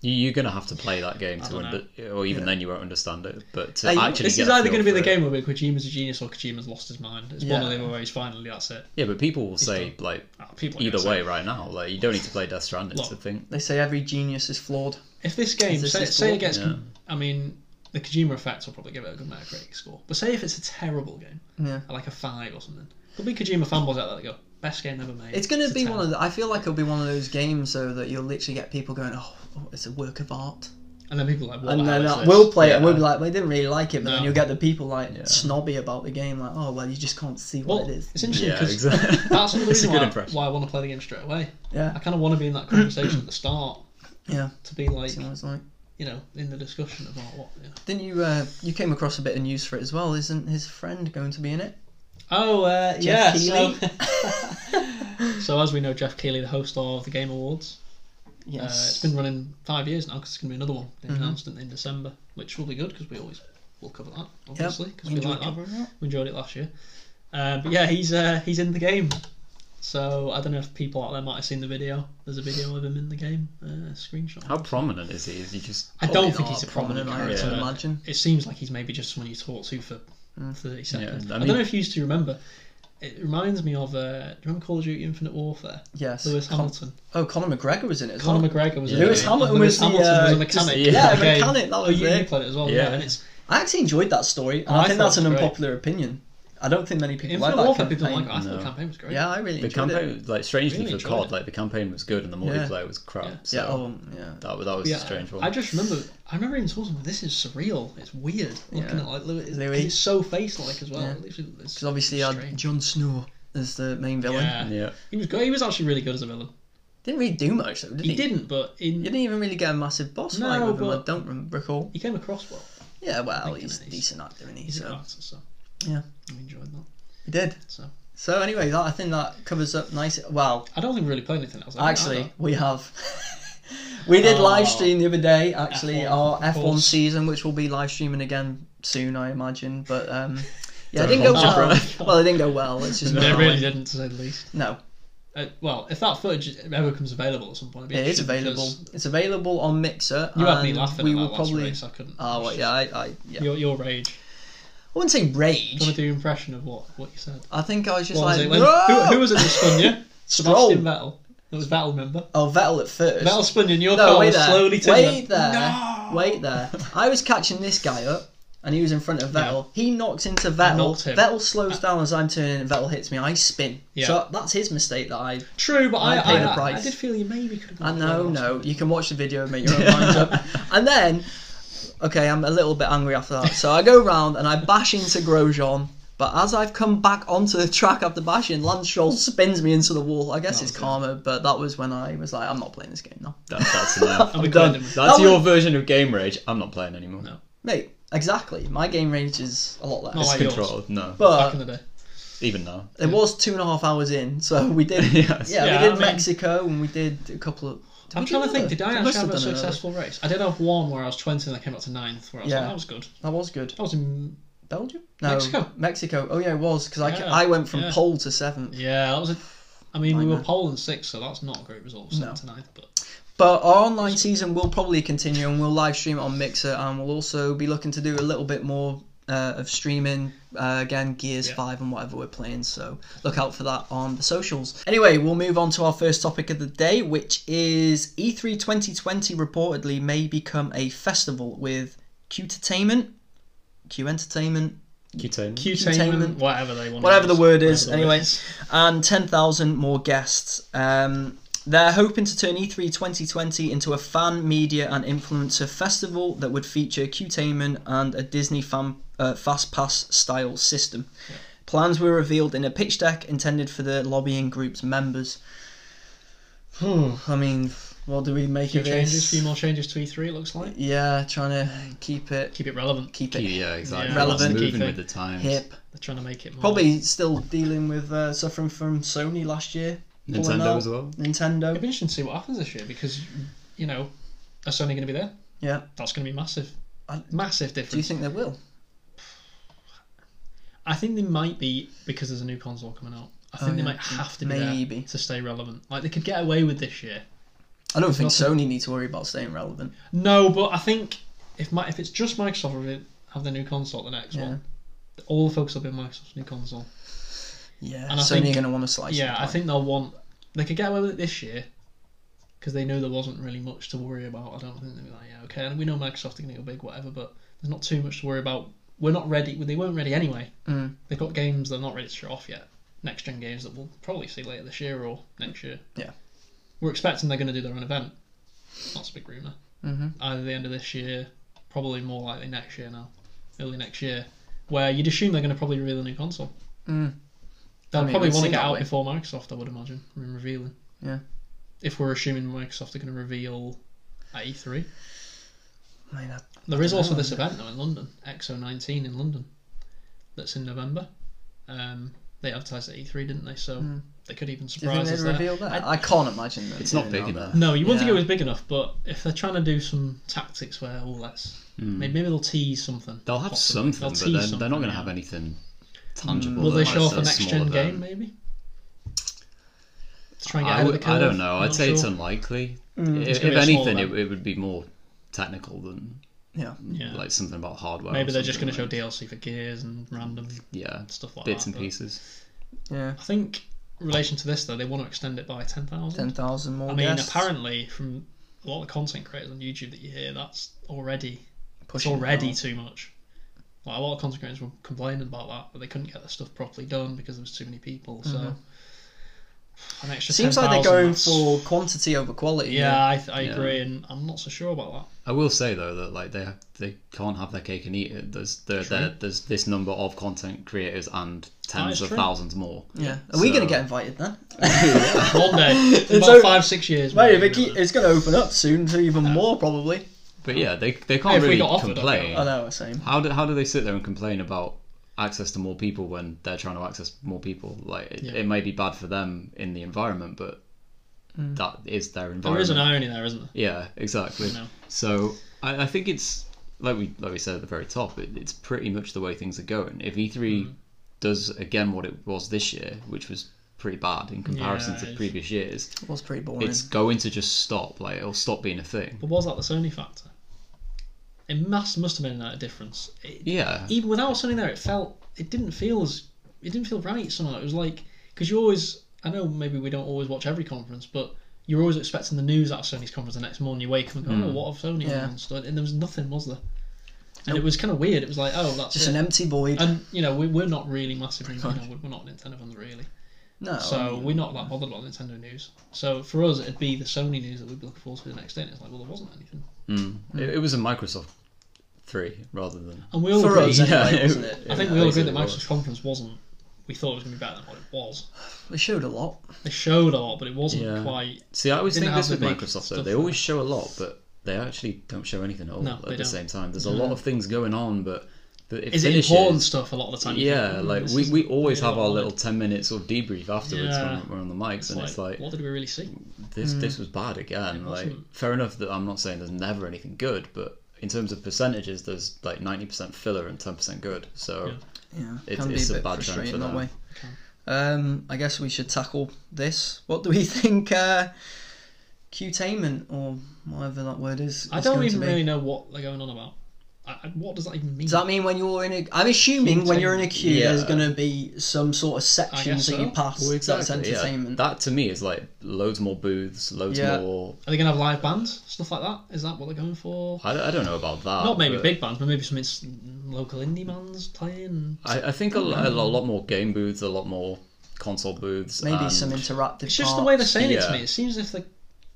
C: You- You're gonna have to play that game to,
B: don't
C: under, or even
A: Yeah.
C: then you won't understand it. But to
A: Hey,
C: actually,
B: this
C: get
B: is
C: a
B: either
C: feel
B: going to be
C: for
B: the
C: it-
B: game where Kojima's a genius or Kojima's lost his mind. It's one
A: Yeah.
B: of the other ways. Finally, that's it.
C: Yeah, but people will say like
B: Ah, people are gonna
C: either
B: say-
C: way right now. Like you don't need to play Death Stranding
B: Look.
C: to think.
A: They say every genius is flawed.
B: If this game,
A: Is this
B: say,
A: his
B: say
A: fault?
B: it gets,
C: Yeah.
B: I mean, the Kojima effect will probably give it a good Metacritic score. But say if it's a terrible game,
A: Yeah.
B: like a five or something, there'll be Kojima fanboys out there that go, best game ever made.
A: It's gonna
B: a
A: be
B: 10."
A: one of. The, I feel like it'll be one of those games though that you'll literally get people going, "Oh, oh, it's a work of art,"
B: and then people are like, what
A: and then
B: the hell
A: uh,
B: is
A: we'll play it and
C: Yeah.
A: we'll be like, "We didn't really like it," but then
B: No.
A: you'll get the people like
C: Yeah.
A: snobby about the game, like, "Oh, well, you just can't see
B: this?"
A: what
B: Well,
A: it is."
B: it's interesting
C: Yeah,
B: because
C: exactly.
B: that's another
C: It's a
B: reason
C: good
B: why,
C: impression.
B: why I want to play the game straight away. I
A: Yeah,
B: kind of want to be in that conversation at the start.
A: Yeah.
B: To be like,
A: see what it's like.
B: you know, in the discussion about what. You know.
A: Didn't you? Uh, you came across a bit of news for it as well. Isn't his friend going to be in it?
B: Oh, uh, yeah.
A: Jeff
B: So, so as we know, Jeff Keighley, the host of the Game Awards, Uh, it's been running five years now because it's going to be another one. They
A: Mhm.
B: announced it in December, which will be good because we always will cover that, obviously, because
A: we
B: we like
A: enjoyed
B: that.
A: covering that.
B: We enjoyed it last year. Uh, but yeah, he's uh, he's in the game. So I don't know if people out there might have seen the video. There's a video of him in the game, uh, screenshot.
C: How prominent is he? Is he just
B: I
A: Probably
B: don't
A: not
B: think he's a prominent
A: I would
B: character.
A: imagine.
B: It seems like he's maybe just someone you talk to for
A: Mm.
B: 30
C: Yeah,
B: seconds.
C: I
B: I,
C: mean-
B: don't know if you used to remember. It reminds me of, uh, do you remember Call of Duty Infinite Warfare?
A: Yes.
B: Lewis
A: Con-
B: Hamilton.
A: oh, Conor McGregor was in it as well.
B: Conor McGregor was in
C: Yeah.
B: it.
A: Lewis
B: And
A: Hamilton
B: Lewis
A: was the,
B: Hamilton
A: uh,
B: was a
A: just-
B: mechanic.
A: yeah,
B: in the game.
A: mechanic, that
B: Oh,
A: was
B: you,
A: it.
B: you played it as well.
C: Yeah.
B: Yeah, and it's
A: I actually enjoyed that story. and
B: I
A: I, think
B: thought
A: that's an
B: it was great.
A: unpopular opinion. I don't think many people
B: Infinite
A: like
B: Warfare.
A: that
B: People
A: campaign.
B: like. I thought
C: No.
B: the campaign was great.
A: Yeah, I really
C: the
A: enjoyed it.
C: campaign? Like strangely
B: Really
C: for
B: enjoyed
C: COD,
B: it.
C: like the campaign was good and the
A: Yeah.
C: multiplayer was crap.
B: Yeah.
C: So
A: Yeah. Oh, yeah.
C: that that was
B: Yeah,
C: a strange one.
B: I just remember. I remember even talking. about, This is surreal. It's weird looking
A: Yeah.
B: at like Lewis.
A: Louis.
B: He's so face-like as well.
A: Yeah.
B: Literally, it's-
A: Because obviously, you
B: it's
A: had
B: strange.
A: Jon Snow as the main villain.
B: Yeah.
C: yeah,
B: he was good. He was actually really good as a villain.
A: Didn't really do much though, did
B: He,
A: he?
B: didn't, but
A: You
B: in
A: didn't even really get a massive boss
B: No,
A: fight with him. I
B: but-
A: don't rem- recall.
B: he came across well.
A: Yeah, well,
B: Like, you
A: he's
B: know,
A: a
B: he's-
A: decent actor, isn't he?
B: He's a good
A: So
B: actor, so
A: Yeah.
B: I enjoyed that.
A: he did.
B: So
A: So anyway, that I think that covers up nice. Well,
B: I don't think we really played anything else. I don't know.
A: Actually, we have. We did
B: Oh.
A: live stream the other day, actually,
B: F1,
A: our
B: of
A: F one
B: course.
A: season, which we'll be live streaming again soon, I imagine. But um, yeah, it
C: Don't
A: didn't go
B: apologize,
A: well.
B: bro.
A: Well, it didn't go well. It's just
B: They
A: morale.
B: really didn't, to say the least.
A: no.
B: Uh, well, if that footage ever comes available at some point, it'd be
A: It is
B: interesting
A: available.
B: because
A: It's available on Mixer.
B: You had me
A: and
B: laughing
A: We
B: at that
A: will
B: last
A: probably.
B: race. I couldn't.
A: Oh well, yeah, I, I yeah.
B: Your, your rage.
A: I wouldn't say
B: Do you want
A: rage.
B: to do your impression of what, what you said?
A: I think I was just
B: What was
A: like,
B: it? When-
A: "Whoa!"
B: who, who was it that spun you?
A: Stroll.
B: Sebastian Vettel. It was Vettel, remember?
A: Oh, Vettel at first.
B: Vettel spun you and your
A: no,
B: car
A: wait
B: was
A: there.
B: slowly turning.
A: wait there.
B: No!
A: Wait there. I was catching this guy up, and he was in front of Vettel. He knocks into Vettel.
B: Knocked him.
A: Vettel slows down as I'm turning, and Vettel hits me. I spin.
B: Yeah.
A: So that's his mistake that I.
B: True, but I,
A: I paid
B: I,
A: the
B: I,
A: price.
B: I did feel you maybe could have
A: I
B: gone
A: know,
B: further.
A: no. You can watch the video and make your own mind up. And then, okay, I'm a little bit angry after that. So I go round and I bash into Grosjean. But as I've come back onto the track after bashing, Lance Stroll spins me into the wall. I guess
B: That
A: it's
B: was it.
A: karma, but that was when I was like, I'm not playing this game now.
C: That, that's enough.
B: And we
A: done.
B: done. Him.
C: That's
A: That
C: your version of game rage. I'm not playing anymore.
B: No.
A: Mate, exactly. My game range is a lot less.
C: Oh,
B: Not like yours.
C: Controlled. No.
B: Back
A: but
B: in the day.
C: Even now.
A: it was two and a half hours in, so we did.
C: Yes.
A: Yeah,
B: Yeah,
A: we did
B: I mean-
A: Mexico and we did a couple of. did
B: I'm
A: we do
B: trying to think,
A: another?
B: did I
A: We
B: actually
A: must
B: have a
A: done another.
B: successful race? I did have one where I was 20 and I came up to 9th, where I was like,
A: Yeah.
B: that was good.
A: That was good.
B: That was in.
A: Belgium? No.
B: Mexico.
A: Mexico. Oh yeah, it was because
B: Yeah,
A: I, I went from
B: yeah.
A: pole to seventh.
B: Yeah, that was a. I mean, we were
A: Nightmare.
B: pole and six, so that's not a great result,
A: No.
B: seven to ninth. But
A: But our online season will probably continue, and we'll live stream it on Mixer, and we'll also be looking to do a little bit more uh, of streaming uh, again, Gears
B: Yeah.
A: Five and whatever we're playing. So look out for that on the socials. Anyway, we'll move on to our first topic of the day, which is E E3 2020 reportedly may become a festival with Q Entertainment, Q Entertainment,
C: Cutane.
B: Q-tainment, whatever they want.
A: whatever the word is.
B: Whatever the
A: Anyway,
B: word is.
A: and 10,000 more guests. Um, they're hoping to turn E E3 2020 into a fan, media, and influencer festival that would feature Qtainment and a Disney fan, uh, Fast Pass style system. Plans were revealed in a pitch deck intended for the lobbying group's members. Whew, I mean, what do we make
B: Few
A: of this?
B: changes, few more changes to E3, it looks like.
A: Yeah, trying to keep it
B: Keep it relevant.
A: keep it
C: Yeah, exactly.
B: Yeah.
A: Relevant.
C: Moving
B: Key
C: with
B: thing.
C: the times.
A: hip.
B: They're trying to make it more.
A: Probably still dealing with uh, suffering from Sony last year. pulling
C: Nintendo
A: out.
C: as well.
A: Nintendo.
B: It'd be interesting to see what happens this year because, you know, are Sony going to be there?
A: Yeah.
B: That's going to be massive.
A: I-
B: massive difference.
A: Do you think they will?
B: I think they might be because there's a new console coming out. I
A: Oh,
B: think they
A: yeah.
B: might have to be
A: Maybe.
B: there to stay relevant. Like they could get away with this year.
A: I don't think
B: Nothing.
A: Sony need to worry about staying relevant.
B: No, but I think if my, if it's just Microsoft have it- have their new console, the next
A: Yeah.
B: one, all the focus will be on Microsoft's new console.
A: Yeah,
B: And I
A: Sony
B: think-
A: are going to want to slice.
B: yeah,
A: it
B: I
A: apart.
B: think they'll want. They could get away with it this year because they know there wasn't really much to worry about. I don't think they'll be like, yeah, okay. And we know Microsoft are going to go big, whatever, but there's not too much to worry about. We're not ready. They weren't ready anyway.
A: Mm.
B: They've got games that are not ready to show off yet. Next gen games that we'll probably see later this year or next year.
A: Yeah.
B: We're expecting they're going to do their own event. That's a big rumour.
A: Mhm.
B: Either the end of this year, probably more likely next year now, early next year, where you'd assume they're going to probably reveal a new console.
A: Mm.
B: They'll
A: I mean, it
B: probably
A: would
B: want to
A: seem
B: get
A: that
B: out
A: way.
B: before Microsoft, I would imagine, in revealing.
A: Yeah.
B: If we're assuming Microsoft are going to reveal at E3.
A: I mean, I-
B: There is
A: don't
B: also
A: know.
B: this event though in London, XO19 in London, that's in November. Um, they advertised at E3, didn't they? So
A: Hmm.
B: they could even
A: do you think
B: surprise
A: they'd
B: us there.
A: reveal that? I, can't imagine that.
C: It's not big enough.
B: No, you wouldn't think
A: Yeah.
B: it was big enough, but if they're trying to do some tactics where, oh, let's
C: Mm.
B: maybe, maybe they'll tease something.
C: They'll have
B: Possibly.
C: something, Mm.
B: They'll
C: but
B: tease
C: then they're
B: something,
C: not going to
B: yeah.
C: have anything tangible.
B: Will
C: that
B: they
C: might
B: show off
C: say
B: a next
C: smaller
B: gen
C: than-
B: game maybe? To try and get
C: I,
B: ahead of
C: would-
B: the
C: I
B: curve?
C: don't know.
B: I'm
C: I'd
B: not
C: say it's
B: sure.
C: unlikely.
A: Mm.
B: It's gonna
C: If, if
B: be a smaller
C: anything, it,
B: event.
C: it would be more technical than
A: Yeah.
B: Yeah.
C: like something about hardware.
B: Maybe
C: or
B: they're just going
C: something
B: to show
C: like-
B: DLC for Gears and random
C: yeah
B: stuff like
C: bits
B: that.
C: and
B: but
C: pieces.
A: Yeah.
B: I think in relation to this though, they want to extend it by ten
A: Ten
B: thousand.
A: thousand more.
B: I mean,
A: guests.
B: apparently from a lot of content creators on YouTube that you hear, that's already it's
A: Pushing it
B: already
A: out.
B: too much. Like a lot of content creators were complaining about that, but they couldn't get their stuff properly done because there was too many people. So an
A: It
B: extra.
A: Mm-hmm. seems like they're
B: 10,000,
A: going
B: that's-
A: for quantity over quality.
B: Yeah, I, th- I
C: Yeah.
B: agree, and I'm not so sure about that.
C: I will say though that like they they can't have their cake and eat it. There's there,
B: True.
C: there there's this number of content creators and tens of
B: true.
C: thousands more.
A: Yeah. Are we going
C: So-
A: to get invited then?
B: One day, in
A: It's
B: about
A: over-
B: five, six years.
A: Maybe
B: maybe,
A: Vicky,
B: but-
A: it's going to open up soon to even more probably.
C: But yeah, they they
B: Hey,
C: can't
B: if we
C: really
B: got offered, I'd go.
C: complain.
A: I know, same.
C: How do how do they sit there and complain about access to more people when they're trying to access more people? Like it,
B: Yeah.
C: it may be bad for them in the environment, but that is their environment.
B: Mm. There is an irony there, isn't there?
C: Yeah, exactly.
B: You know.
C: So I, I think it's like we like we said at the very top. It, it's pretty much the way things are going. If E3
B: Mm-hmm.
C: does again what it was this year, which was pretty bad in comparison
B: Yeah,
C: to
B: it's-
C: previous years,
A: It was pretty boring.
C: it's going to just stop. Like it'll stop being a thing.
B: But was that the Sony factor? It must must have been that difference. It,
C: Yeah,
B: Even without Sony there, it felt it didn't feel as it didn't feel right somehow. It was like because you always I know maybe we don't always watch every conference, but you're always expecting the news out of Sony's conference the next morning. You wake up and go, oh, what have Sony
A: Hmm. Yeah.
B: announced? And there was nothing, was there? And it was kind of weird. It was like, oh, that's
A: just
B: it.
A: an empty void.
B: and you know we, we're not really massively you
A: Pretty
B: know, we're not Nintendo fans really
A: no.
B: so we're not that bothered about Nintendo news so for us it'd be the Sony news that we'd be looking forward to the next day and it's like well there wasn't anything
C: Mm. It, it was a Microsoft three rather than.
B: and we all
A: For
B: agree
A: us,
B: I
A: anyway.
C: Yeah,
A: wasn't it?
B: think
C: yeah,
B: we all agree
C: it
B: that
C: was.
B: Microsoft's conference wasn't we thought it was going to be better than what it was
A: They showed a lot.
B: they showed a lot but it wasn't
C: Yeah.
B: quite
C: See, I always
B: Didn't
C: think this
B: have
C: with
B: the big
C: Microsoft though.
B: stuff
C: They
B: there.
C: always show a lot, but they actually don't show anything at all
B: No,
C: at
B: they
C: the
B: don't.
C: same time. There's a lot of things going on, but the, it
B: is
C: finishes,
B: it important stuff a lot of the time you
C: Yeah,
B: think, "Mm,
C: like
B: this
C: we,
B: isn't
C: we always
B: really
C: have
B: what I
C: our
B: wanted."
C: little ten minutes sort of debrief afterwards
B: Yeah.
C: when we're on the mics, and it's like
B: what did we really see
C: this
A: Mm.
C: this was bad again. Like
B: wasn't.
C: fair enough that I'm not saying there's never anything good, but in terms of percentages, there's like ninety percent filler and ten percent good. So
B: Yeah.
A: Yeah,
C: It-
A: can
C: it's
A: be
C: a
A: a bit
C: bad trend
A: frustrating
C: for
A: that
C: them.
A: way. Um, I guess we should tackle this. What do we think? Uh, Qtainment or whatever that word is.
B: I
A: is
B: don't
A: going to
B: even
A: be?
B: really know what they're going on about I, I- what does that even mean
A: Does that mean when you're in a? I'm assuming when you're in a queue,
C: Yeah.
A: there's going to be some sort of
B: I guess
A: sections that you
B: so.
A: pass.
C: Well,
A: That's
C: yeah.
A: entertainment.
C: That to me is like loads more booths, loads
A: Yeah.
C: more.
B: are they going to have live bands stuff like that is that what they're going for
C: I, I don't know about that.
B: Not maybe
C: Uh, but-
B: big bands, but maybe some ins- local indie bands playing.
C: I, I think a, lo- a
B: Mm.
C: lot more game booths, a lot more console booths.
A: Maybe
C: and
A: some interactive.
B: It's just the way they're
A: parts.
B: saying it to
C: Yeah.
B: me. It seems as if they,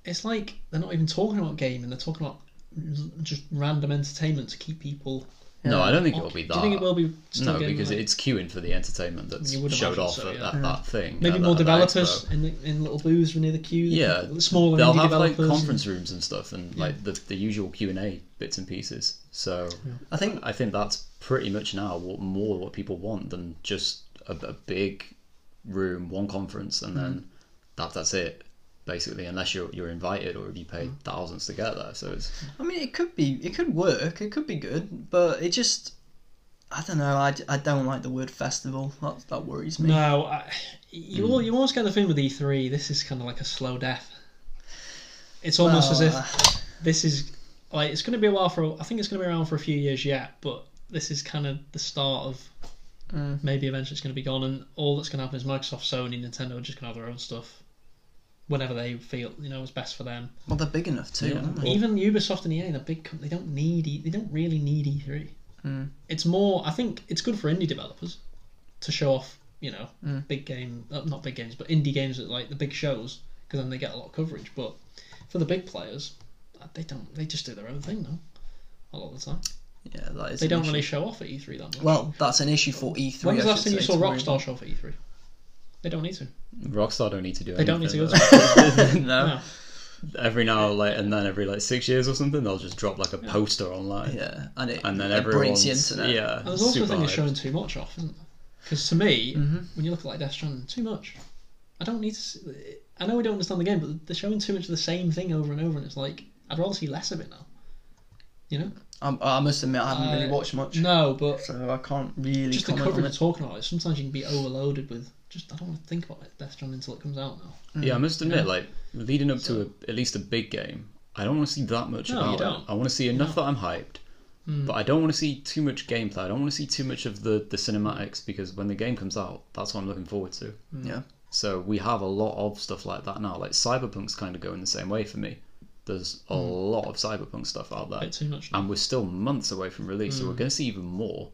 B: it's like they're not even talking about gaming. They're talking about l- just random entertainment to keep people.
C: No, I don't think it'll
B: occupied.
C: be that.
B: Do you think it will be? Still
C: no,
B: getting,
C: because
B: like,
C: it's queuing for the entertainment that's
B: You would
C: showed
B: imagine
C: off
B: so,
C: at
B: yeah.
C: that, that thing.
B: maybe
C: at
B: more
C: that- at that
B: developers
C: expo.
B: in, the, in little booths near the queue.
C: Yeah,
B: smaller
C: They'll
B: indie
C: have like
B: developers.
C: conference rooms and stuff, and like the, the usual Q and A bits and pieces. So
A: I think
C: I think that's pretty much now what more what people want than just a, a big room, one conference, and
B: Mm.
C: then that that's it. Basically, unless you're you're invited or if you pay
B: Mm.
C: thousands to get there, so it's
A: I mean, it could be, it could work, it could be good, but it just, I don't know. I, I don't like the word festival. That that worries me.
B: No, I, you
C: Mm.
B: al- you always get the thing with E three. This is kind of like a slow death. It's almost as
A: Well,
B: if
C: uh,
B: this is like it's going to be a while for. a- I think it's going to be around for a few years yet, but this is kind of the start of
A: Mm.
B: maybe eventually it's going to be gone, and all that's going to happen is Microsoft, Sony, Nintendo are just going to have their own stuff whenever they feel you know is best for them.
A: Well, they're big enough too.
C: Yeah.
A: aren't they?
B: Even Ubisoft and EA, they're big. com- They don't need. E- they don't really need E three.
A: Mm.
B: It's more. I think it's good for indie developers to show off. You know,
A: Mm.
B: big game, uh, not big games, but indie games at like the big shows, because then they get a lot of coverage. But for the big players, uh, they don't. They just do their own thing now. A lot of the time,
A: Yeah, that is.
B: they
A: an
B: don't
A: issue.
B: really show off at E three that much.
A: Well, that's an issue for E3.
B: when was
A: I
B: the last
A: should
B: time you
A: say,
B: saw
A: to worry
B: Rockstar show off at E three? They don't need to.
C: Rockstar don't need to do.
B: They don't need to
C: anything,
B: go to.
C: though.
A: about. no.
B: No.
C: every now like and then every like six years or something they'll just drop like a poster online
A: Yeah, and it
C: and then
A: it breaks
C: everyone's
A: the internet.
C: yeah
B: And there's also a
C: super
B: thing of
C: hyped.
B: showing too much off, isn't there? Because to me,
A: Mhm.
B: when you look at like Death Stranding, too much. I don't need to. See, I know we don't understand the game, but they're showing too much of the same thing over and over, and it's like I'd rather see less of it now. You know?
A: I'm, I must admit, I haven't really
B: Uh,
A: watched much,
B: No, but
A: so I can't really
B: just the
A: comment
B: coverage
A: on
B: of
A: it.
B: talking about it. Sometimes you can be overloaded with just I don't want to think about it, Death Stranding until it comes out now.
C: yeah I must admit
B: Yeah.
C: like leading up to a, at least a big game I don't want to see that much
B: No, Mm. you
C: about it
B: don't.
C: I want to see enough that I'm hyped but I don't want to see too much gameplay I don't want to see too much of the the cinematics because when the game comes out that's what I'm looking forward to
B: Mm.
A: Yeah.
C: so we have a lot of stuff like that now like Cyberpunk's kind of going the same way for me there's a
B: Mm.
C: lot of Cyberpunk stuff out
B: A
C: there
B: bit too much.
C: and we're still months away from release,
B: Hmm.
C: so we're going to see even more.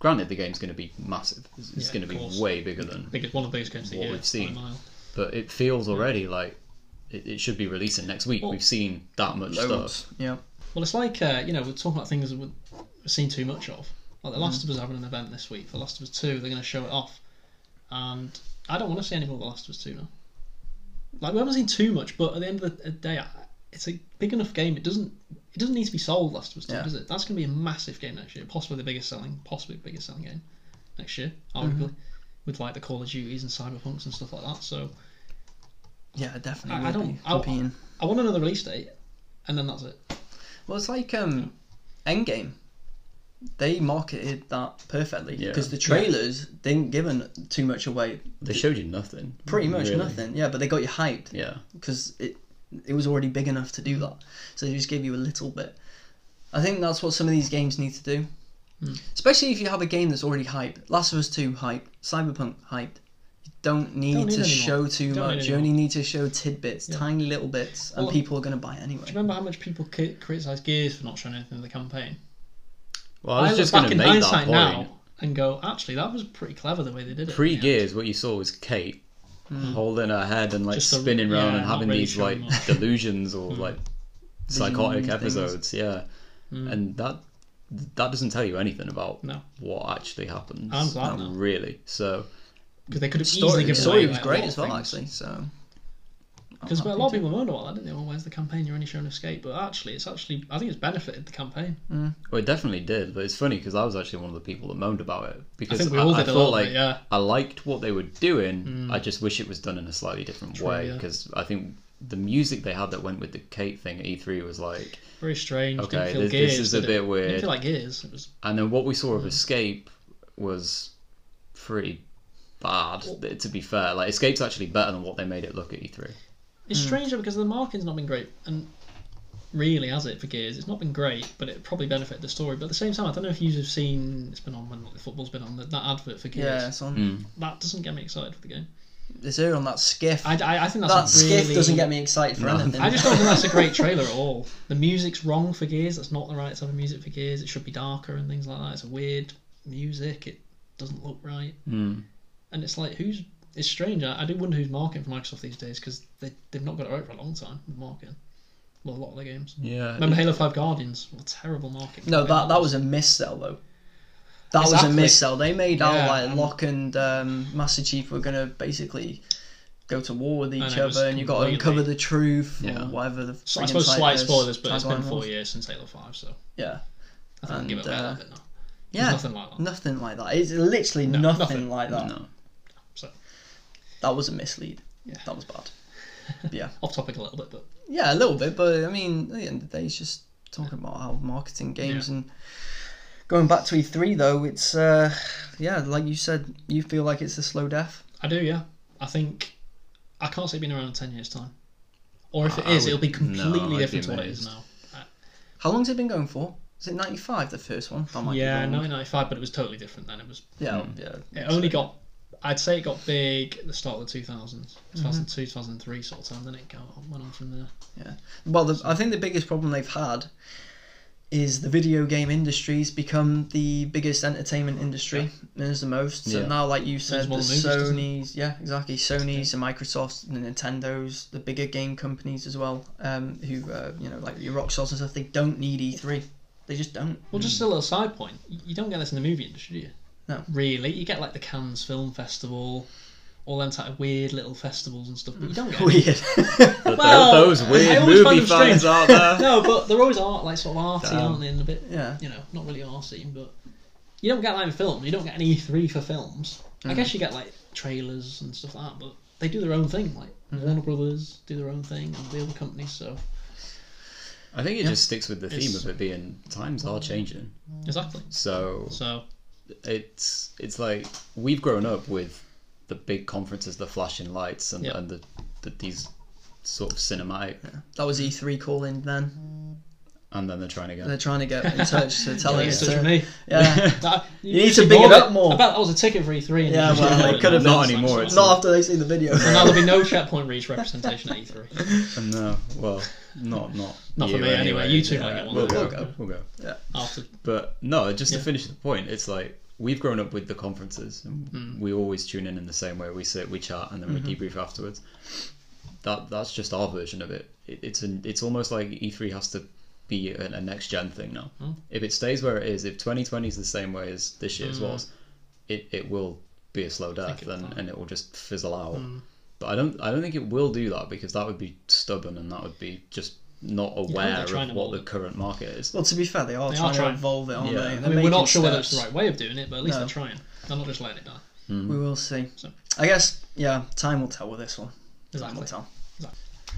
C: Granted, the game's going to be massive. It's, it's
B: Yeah,
C: going
B: of
C: to
B: course.
C: be way bigger than,
B: I think it's one of the biggest games of the
C: What
B: year.
C: we've seen.
B: by a mile.
C: but it feels already like it, it should be releasing next week.
B: Well,
C: We've seen that much
A: Loads.
C: stuff.
A: Yeah.
B: Well, it's like uh, you know we're talking about things that we've seen too much of. Like The Last of Us having an event this week. The Last of Us Two, they're going to show it off, and I don't want to see any more of The Last of Us Two now. Like we haven't seen too much, but at the end of the day, I- it's a big enough game. It doesn't it doesn't need to be sold Last of Us Two,
A: Yeah.
B: does it? That's going to be a massive game next year, possibly the biggest selling, possibly the biggest selling game next year, arguably, with like the Call of Duties and Cyberpunks and stuff like that. So
A: Yeah, definitely.
B: I- I
A: would
B: don't-
A: be
B: I-
A: competing.
B: I want another release date, and then that's it.
A: Well, it's like um, Endgame. They marketed that perfectly
C: Yeah.
A: because the trailers didn't give an, too much away.
C: They showed you nothing.
A: Pretty much
C: really.
A: nothing. Yeah, but they got you hyped
C: Yeah.
A: because it it was already big enough to do that. So they just gave you a little bit. I think that's what some of these games need to do.
B: Hmm.
A: Especially if you have a game that's already hyped. Last of Us 2 hyped. Cyberpunk hyped. You don't need
B: Don't need
A: to
B: anymore.
A: show too
B: Don't need
A: much. You
B: anymore.
A: only need to show tidbits,
B: Yeah.
A: tiny little bits, and
B: Well,
A: people are going to buy it anyway.
B: Do you remember how much people c- criticised Gears for not showing anything in the campaign?
C: Well, I was
B: look
C: just going
B: back
C: to
B: in
C: make that
B: hindsight
C: point.
B: now and go, actually, that was pretty clever the way they did it.
C: Pre
B: Yeah. Hmm.
C: Gears, what you saw was Kate holding her head and like
B: Just a-
C: spinning around
B: yeah,
C: and
B: not Hmm.
C: having
B: really
C: these like
B: showing much.
C: delusions or like psychotic
A: things.
C: episodes. Yeah,
B: Mm.
C: and that that doesn't tell you anything about
B: Hmm. No,
C: what actually happens.
B: I'm glad
C: um,
B: now.
C: really. So
B: because they could have
A: story,
B: easily
A: the
B: given
A: story
B: away,
A: was
B: like, a
A: great
B: lot
A: as
B: of
A: well,
B: things.
A: actually. So, I'm
B: Because a
A: happy
B: lot of
A: to-
B: people wonder about that, didn't they? Well, where's the campaign? You're only showing Escape, but actually, it's actually I think it's benefited the campaign.
C: well, it definitely did. But it's funny because I was actually one of the people that moaned about it because
B: think we all
C: I
B: did a
C: felt
B: little bit,
C: like
B: yeah. Hmm.
C: I liked what they were doing. I just wish it was done in a slightly different
B: True,
C: way
B: yeah.
C: because I think the music they had that went with the Kate thing at E3 was like
B: Very strange. didn't
C: Okay,
B: feel
C: this- this
B: Gears,
C: is a
B: did it?
C: bit
B: Didn't
C: weird.
B: feel like Gears. It was
C: And then what we saw
B: Hmm.
C: of Escape was pretty bad, th- to be fair. Like, Escape's actually better than what they made it look at E E3.
B: it's
C: Hmm.
B: strange though, because the marketing's not been great, and really has it for Gears? It's not been great, but it probably benefited the story. But at the same time, I don't know if you've seen it's been on when the football's been on that, that advert for Gears.
A: Yeah, it's on.
B: That doesn't get me excited for the game.
A: It's here on that skiff.
B: I, I, I think
A: that
B: that's a
A: skiff
B: really-
A: doesn't get me excited for
C: No.
A: anything.
B: I just don't think that's a great trailer at all. The music's wrong for Gears. That's not the right type of music for Gears. It should be darker and things like that. It's a weird music. It doesn't look right.
C: Hmm.
B: And it's like, who's. It's strange. I, I do wonder who's marketing for Microsoft these days because they, they've not got it right for a long time with marketing. Well, a lot of their games.
C: Yeah.
B: Remember Halo 5 Guardians? What terrible marketing.
A: No, that that was a miss sell though. That was a
B: Exactly.
A: miss sell. They made
B: Yeah,
A: out like
B: and-
A: Locke and um, Master Chief were gonna basically go to war with
B: And
A: each
B: it was
A: other, and you got to
B: completely-
A: uncover the truth
C: Yeah.
A: or whatever the.
B: So I
A: friggin'
B: suppose
A: site
B: slight
A: is,
B: spoilers, but it's been
A: tagline
B: four
A: was.
B: years since Halo 5, so
A: Yeah,
B: I think I'll give it
A: And,
B: away a
A: uh,
B: little bit now.
A: yeah,
B: nothing like that.
A: Nothing like that. It's literally
B: No,
A: nothing,
B: nothing.
A: like that.
C: No.
A: That was a mislead.
B: Yeah.
A: That was bad.
B: Off topic a little bit, but
A: Yeah, a little bit, but I mean, at the end of the day, it's just talking about how marketing games and going back to E3 though. It's uh, yeah, like you said, you feel like it's a slow death.
B: I do, yeah. I think I can't see it being around in ten years' time, or if it
C: I
B: is,
C: would-
B: it'll be
C: no,
B: completely
C: I'd be
B: different to what it is
C: amazed.
B: now.
A: How long's it been going for? Is it 95, the first one? That might be
B: yeah,
A: wrong.
B: 1995, but it was totally different then. It was
A: Yeah, yeah.
B: it only got. I'd say it got big at the start of the 2000s, 2002, 2003 sort of time. Then it got, went on from there.
A: Well, the, I think the biggest problem they've had is the video game industry's become the biggest entertainment industry. There's the most. So
C: Yeah.
A: now, like you said, the
B: more movies, doesn't it?
A: Sony's, yeah, exactly. Sony's and Microsoft's and the Nintendo's, the bigger game companies as well, um, who, uh, you know, like your Rockstars and stuff, they don't need E3. They just don't.
B: Well, just a little side point. You you don't get this in the movie industry, do you?
A: No.
B: Really, you get like the Cannes Film Festival, all them type of weird little festivals and stuff, but you don't get.
A: Weird.
C: But
B: Well,
C: those
B: I
C: weird
B: always find
C: movie
B: them strange.
C: fans out there.
B: no, but they're always art like sort of arty,
C: Damn.
B: aren't they? And a bit
A: yeah.
B: you know, not really our scene, but you don't get that in film. You don't get an E3 for films. I guess you get like trailers and stuff like that, but they do their own thing. Like Warner Brothers do their own thing, and the other companies. So
C: I think it just sticks with the theme
B: It's-
C: of it being times are changing.
B: exactly.
C: So
B: So
C: it's it's like we've grown up with the big conferences, the flashing lights, and,
B: Yeah.
C: and the, the these sort of cinematic,
A: That was E3 calling then.
C: and then they're trying again.
A: They're trying to get in touch to tell
B: yeah,
A: us.
B: it's just
A: to-
B: me.
A: Yeah.
B: That-
A: You need to
B: should
A: big it
B: go-
A: up more.
B: I bet that was a ticket for E3. And
A: Yeah,
B: you should
A: well,
B: go
A: it
B: to
A: could have
B: that.
C: Not
B: That's
C: anymore,
B: like-
C: it's
A: Not after they see the video.
B: And now there'll be no checkpoint reach representation at E E3.
C: "Oh, No, well, not not
B: Not for
C: you
B: me anyway. You two might get one.
C: We'll go.
A: We'll
C: We'll
A: go.
C: go.
B: After
C: But no, just
B: Yeah.
C: to finish the point, it's like we've grown up with the conferences. And
B: Mm.
C: We always tune in in the same way. We sit, we chat, and then
B: Mm-hmm.
C: we debrief afterwards. That that's just our version of it. it it's an it's almost like E3 has to be a, a next gen thing now.
B: Mm.
C: If it stays where it is, if 2020 is the same way as this year's
B: Mm.
C: was, it it will be a slow death
B: it'll
C: and,
B: die.
C: and it will just fizzle out.
B: Mm.
C: But I don't I don't think it will do that because that would be stubborn and that would be just not aware of
B: trying to
C: what
B: mold
C: the
B: it.
C: current market is.
A: Well, to be fair, they are
B: They are
A: trying to
B: trying.
A: evolve it, aren't
C: Yeah.
A: they?
C: I
A: They're
B: I mean, we're not
A: making
B: sure whether it's the
A: steps.
B: right way of doing it, but at least
A: No.
B: they're trying. They're not just letting it die.
A: We will see.
B: So-
A: I guess, yeah, time will tell with this one. Time
B: Exactly.
A: will tell.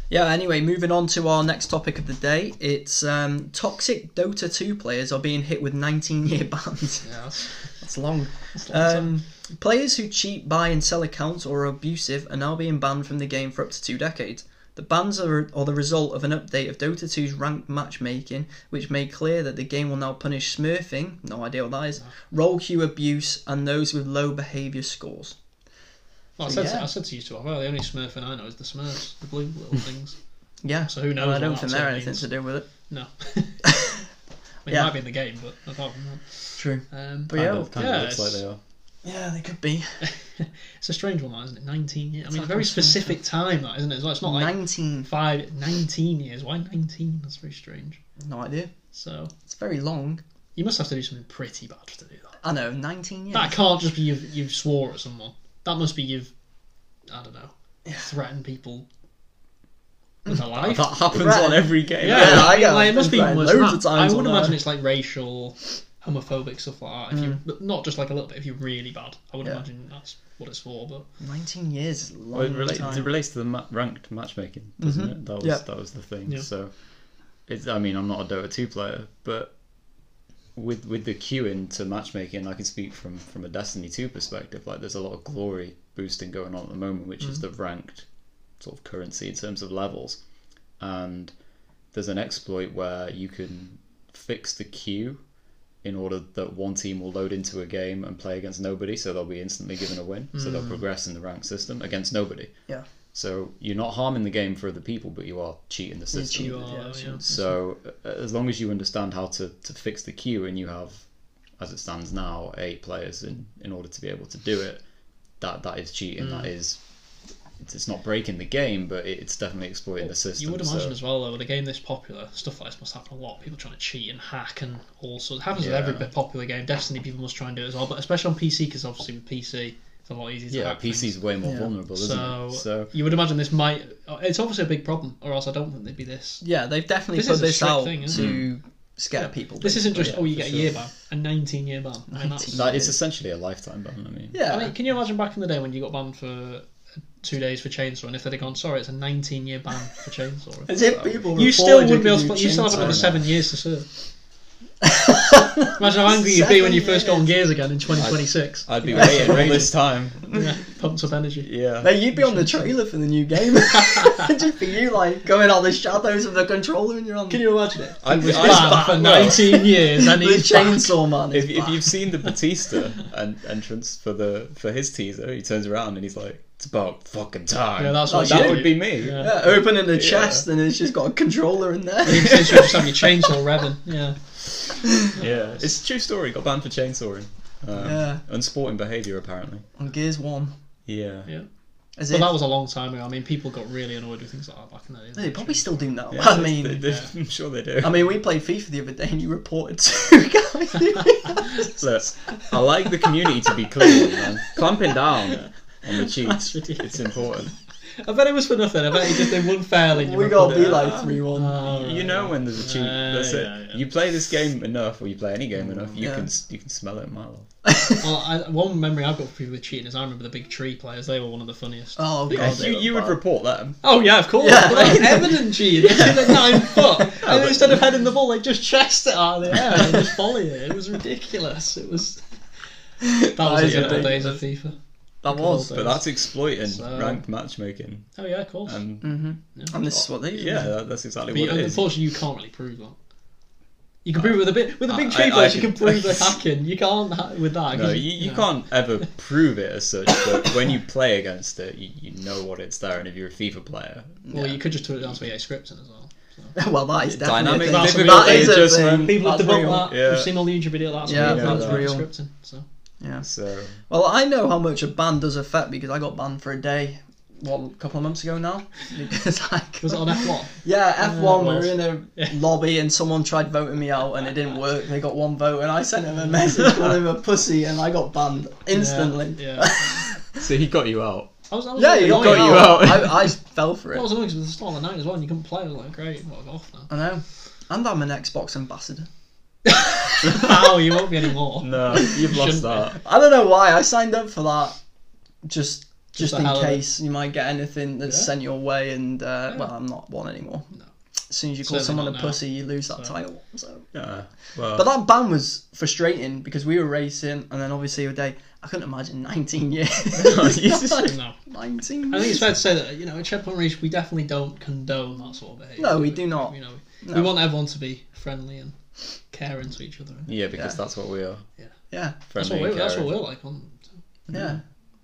A: Yeah, anyway, moving on to our next topic of the day. It's um, toxic Dota 2 players are being hit with 19 year bans.
B: Yeah, that's,
A: That's long.
B: that's lots of-
A: Um, players who cheat, buy, and sell accounts or are abusive are now being banned from the game for up to two decades. The bans are, are the result of an update of Dota 2's ranked matchmaking, which made clear that the game will now punish smurfing, no idea what that is, roll queue abuse, and those with low behaviour scores.
B: well, I, said to,
A: yeah.
B: I said to you two, well, the only smurfing I know is the smurfs, the blue little things.
A: Yeah.
B: So who
A: Well,
B: knows?
A: I
B: what
A: don't
B: that
A: think
B: term
A: they're anything
B: means.
A: to do with it.
B: No. I mean, it
A: Yeah.
B: might be in the game, but apart from
A: True.
B: that. Um,
A: But yeah,
C: Kind of, kind
B: yeah,
C: of looks like
B: it's-
C: they are.
A: yeah, they could be.
B: it's a strange one, that, isn't it? 19 years. I mean,
A: like
B: a very
A: I'm saying,
B: specific time, that, isn't it? It's like- it's not like
A: 19.
B: five, 19 years. Why 19? That's very strange.
A: No idea.
B: So,
A: It's very long.
B: you must have to do something pretty bad to do that.
A: I know, 19 years.
B: That can't just be you've, you've swore at someone. That must be you've, I don't know, threatened people with a life.
C: That happens
A: Right.
C: on every game.
B: Yeah,
A: Yeah,
B: I
A: I
B: mean,
A: got
B: like, it must be
A: threatened
B: worse
A: loads
B: than
A: of
B: that.
A: times
B: I would
A: on
B: imagine
A: that.
B: it's like racial, homophobic stuff like that. If you, but not just like a little bit. If you're really bad, I would
A: Yeah.
B: imagine that's what it's for. But
A: 19 years is a long
C: Well, it, relates,
A: time.
C: it relates to the ma- ranked matchmaking, doesn't
A: Mhm.
C: it? That was
A: Yeah.
C: that was the thing.
B: Yeah.
C: So, it's, I mean, I'm not a Dota two player, but with with the queuing to matchmaking, I can speak from from a Destiny two perspective. Like, there's a lot of glory boosting going on at the moment, which is the ranked sort of currency in terms of levels, and there's an exploit where you can fix the queue in order that one team will load into a game and play against nobody, so they'll be instantly given a win. So they'll progress in the ranked system against nobody.
A: Yeah.
C: So you're not harming the game for other people, but you are cheating the system.
A: cheating.
B: you are,
A: Yeah,
B: yeah.
C: So uh, as long as you understand how to, to fix the queue and you have, as it stands now, eight players in, in order to be able to do it, that that is cheating. That
B: Mm.
C: is, it's, it's not breaking the game, but it, it's definitely exploiting the
B: Oh,
C: system.
B: you would imagine
C: so-
B: as well, though, with a game this popular, stuff like this must happen a lot. People trying to cheat and hack and all sorts. It happens with every
C: Yeah.
B: bit popular game. Destiny, people must try and do it as well, but especially on PC, because obviously with PC, it's a lot easier to
C: yeah,
B: hack things.
C: PC's way more
A: Yeah.
C: vulnerable, isn't
B: So,
C: it? So
B: you would imagine this might. It's obviously a big problem, or else I don't think they'd be this.
A: Yeah, they've definitely
B: This
A: put
B: is a
A: this
B: strict
A: out
B: thing, isn't
A: to scare people.
B: This isn't just
C: yeah,
B: oh you
C: for
B: get
C: sure.
B: a year ban, a 19 year ban. I mean, that's-
A: 19.
C: that is essentially a lifetime ban. I mean,
A: Yeah.
B: I mean, can you imagine back in the day when you got banned for two days for chainsaw, and if they'd have gone, sorry, it's a 19 year ban for chainsaw.
A: As if people
B: You still wouldn't be able to.
A: to.
B: play- You still have another
C: chainsaw.
B: seven years to serve. Imagine how angry you'd be when you
A: Seven
B: first got on gears again in 2026.
C: I'd be waiting all this time.
B: Yeah, pumped up energy.
C: Yeah.
A: Mate, you'd be on the trailer for the new game. just for you, like, going out the shadows of the controller and you're on
B: Can you imagine it?
C: I'd be-
B: He's
C: I'd-
B: banned
A: back,
B: for
A: no.
B: 19 years and
A: the
B: he's back.
A: chainsaw man. is
C: if, if
A: back.
C: you've seen the Batista en- entrance for the for his teaser, he turns around and he's like, "It's about fucking time."
B: Yeah, that's what
C: that
B: you
C: would
B: do.
C: be me.
B: Yeah.
A: yeah, opening the chest and it's just got a controller in there.
B: Since you just have your chainsaw revving, yeah.
C: Yeah. it's a true story. Got banned for chainsawing. Um,
A: Yeah.
C: Unsporting behaviour, apparently.
A: on Gears 1.
C: Yeah.
B: Yeah.
A: As
B: But
A: if,
B: that was a long time ago. I mean, people got really annoyed with things like that back in the day.
A: they probably still do now.
C: Yeah,
A: I
C: they-
A: mean,
C: they- they- I'm sure they do.
A: I mean, we played FIFA the other day and you reported two guys.
C: Look, I like the community to be clean, man. Clamping down on the cheats.
B: ridiculous.
C: It's important.
B: I bet it was for nothing. I bet you just did one fail and you
A: we
B: were
A: gotta
B: put
A: be
B: down.
A: like 3 1.
B: Oh,
C: You
B: right.
C: know when there's a cheat.
B: Yeah,
C: That's
B: yeah,
C: it.
B: yeah.
C: You play this game enough, or you play any game enough, you
A: Yeah.
C: can s- you can smell it a mile off.
B: Well, I, one memory I've got for people with cheating is I remember the big tree players. They were one of the funniest. Oh,
A: oh,
C: Yeah,
A: God. they
C: you,
A: were
C: you would
A: bad.
C: report them.
B: yeah, of course.
A: Yeah.
B: But that was evident cheating. They did it nine foot, and
C: but-
B: instead of heading the ball, they just chest it out of the air and just volley it. It was ridiculous. It was. That was
A: is
B: the good old
A: ridiculous.
B: days of FIFA.
A: That was.
C: But that's exploiting
B: So-
C: ranked matchmaking.
B: Oh yeah, of course.
C: And
A: hmm
B: Yeah.
A: And this is what they do.
C: yeah, that, that's exactly
B: But you-
C: Um, what it is.
B: unfortunately, you can't really prove that. You can prove it with a bit with a big
C: I-
B: tree
C: I- I
B: players. You can
C: can-
B: prove the hacking. You can't ha- with that.
C: No,
B: 'cause
C: you, you
B: know.
C: can't ever prove it as such, but when you play against it, you, you know what it's there, and if you're a FIFA player,
B: Well, you could just turn it down to EA scripting as well.
A: well, that is definitely
C: Dynamic
A: a thing.
C: difficulty
A: That is a
C: adjustment.
A: thing.
B: People have
A: That's real.
B: debunked that.
C: Yeah.
B: We've seen all the YouTube video. That's
A: Yeah,
B: real.
C: that's
A: real.
B: scripting. So
A: Yeah.
C: so
A: Well, I know how much a ban does affect because I got banned for a day, what, a couple of months ago now? Because I
B: was it on F one?
A: Yeah, F1, we
B: well.
A: were in a
B: Yeah.
A: lobby and someone tried voting me out and it didn't work. They got one vote and I sent him a message calling him a pussy and I got banned instantly.
B: Yeah. yeah.
C: so he got you out.
B: I was, I was
A: Yeah,
B: really
A: you got,
B: annoyed.
A: you
C: out.
A: out. I, I fell for
B: I
A: it.
B: was annoyed 'cause it was the start of the night as well, and you couldn't play. I was like, great, what have off now?
A: I know. And I'm an Xbox ambassador.
B: Ow, Oh, you won't be anymore.
C: No, you've
B: lost
C: lost
B: Shouldn't
C: that.
A: I don't know why. I signed up for that just just
B: the
A: in
B: hell of it.
A: case you might get anything that's
B: Yeah.
A: sent your way. And uh,
B: Yeah.
A: well, I'm not one anymore.
B: No.
A: As soon as you call
B: Certainly
A: someone a
B: not now.
A: pussy, you lose that
B: So- Oh.
A: title. So.
C: Yeah. Well,
A: But that ban was frustrating because we were racing, and then obviously a day I couldn't imagine 19 years.
B: No.
A: 19.
B: I think it's
A: years.
B: fair to say that you know at checkpoint reach we definitely don't condone that sort of behaviour.
A: No, we do not.
B: You know,
A: No.
B: we want everyone to be friendly and caring to each other.
C: yeah, because
A: Yeah.
C: that's what we are.
A: Yeah,
B: That's what,
C: friendly
B: we're,
C: and
B: that's what
C: caring.
B: we're like. On
A: yeah.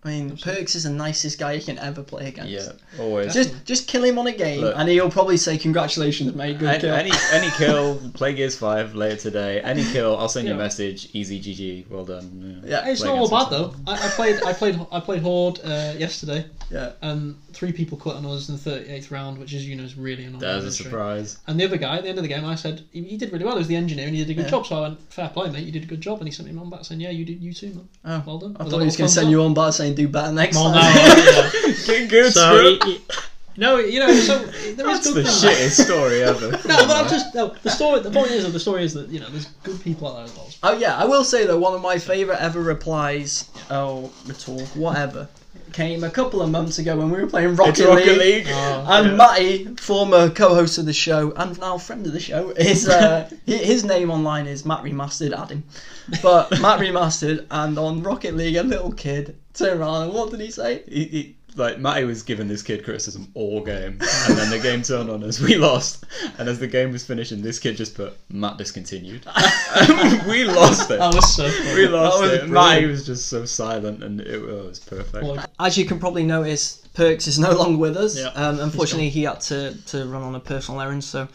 A: I mean,
B: Absolutely.
A: Perks is the nicest guy you can ever play against.
C: Yeah, always.
A: Just, just kill him on a game,
C: Look.
A: and he'll probably say, "Congratulations, mate, good
C: Any,
A: kill."
C: any any kill, play Gears Five later today. Any kill, I'll send you a
B: Yeah.
C: message. Easy GG, well done. Yeah.
A: yeah,
B: it's
C: Play
B: not all
C: against
B: bad though. I, I played, I played, I played Horde uh, yesterday,
A: yeah.
B: and three people quit on us in the thirty-eighth round, which is you know is really annoying.
C: That was a
B: It's true.
C: surprise.
B: And the other guy at the end of the game, I said he, he did really well. He was the engineer, and he did a good
A: Yeah.
B: job. So I went, "Fair play, mate. You did a good job." And he sent me one back saying, "Yeah, you did. You too, man.
A: Oh.
B: Well done."
A: I thought he was going to send you on by saying, "Do better next
B: Well,
A: time."
B: no,
C: Get good,
B: so, he- he- no, you know, so there is
C: That's
B: good
C: the
B: things.
C: shittest story ever.
B: No, but I'm just no. The story. The point is, the story is that you know, there's good people out there. as well.
A: Oh yeah, I will say though, one of my favourite ever replies, oh retort, whatever, came a couple of months ago when we were playing
C: It's
A: Rocket,
C: Rocket
A: League. Oh.
C: League.
A: And Matty, former co-host of the show and now friend of the show, is uh, hi- his name online is Matt Remastered. Add him, but Matt Remastered, and on Rocket League, a little kid turned around and what did he say?
C: He, he, like Matty was giving this kid criticism all game, and then the game turned on us. We lost, and as the game was finishing, this kid just put Matt discontinued. we lost it.
B: That was so
C: We
B: funny.
C: lost
A: was
C: it. Matty
A: brilliant.
C: was just so silent, and it was perfect.
B: Well,
A: As you can probably notice, Perks is no longer with us.
B: Yeah.
A: Um, unfortunately, he had to, to run on a personal errand, so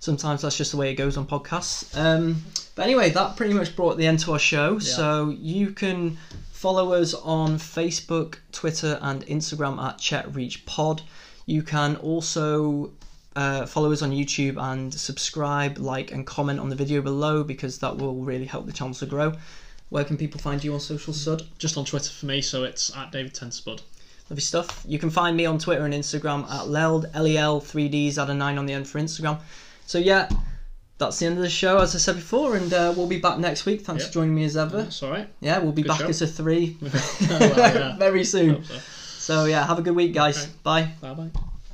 A: sometimes that's just the way it goes on podcasts. Um, but anyway, that pretty much brought the end to our show. So you can follow us on Facebook, Twitter, and Instagram at ChetReachPod. You can also uh, follow us on YouTube and subscribe, like, and comment on the video below because that will really help the channel to grow. Where can people find you on social, Sud?
B: just on Twitter for me, so it's at David Tenspud.
A: Lovely stuff. You can find me on Twitter and Instagram at leld lel three Ds add a nine on the end for Instagram. So yeah, that's the end of the show as I said before, and uh, we'll be back next week. Thanks
B: Yeah.
A: for joining me as ever.
B: That's all right.
A: Yeah, we'll be
B: Good
A: back
B: show.
A: as a three
B: well,
A: very
B: yeah.
A: soon.
B: Hope so.
A: So yeah, have a good week, guys.
B: Okay.
A: Bye.
B: Bye bye.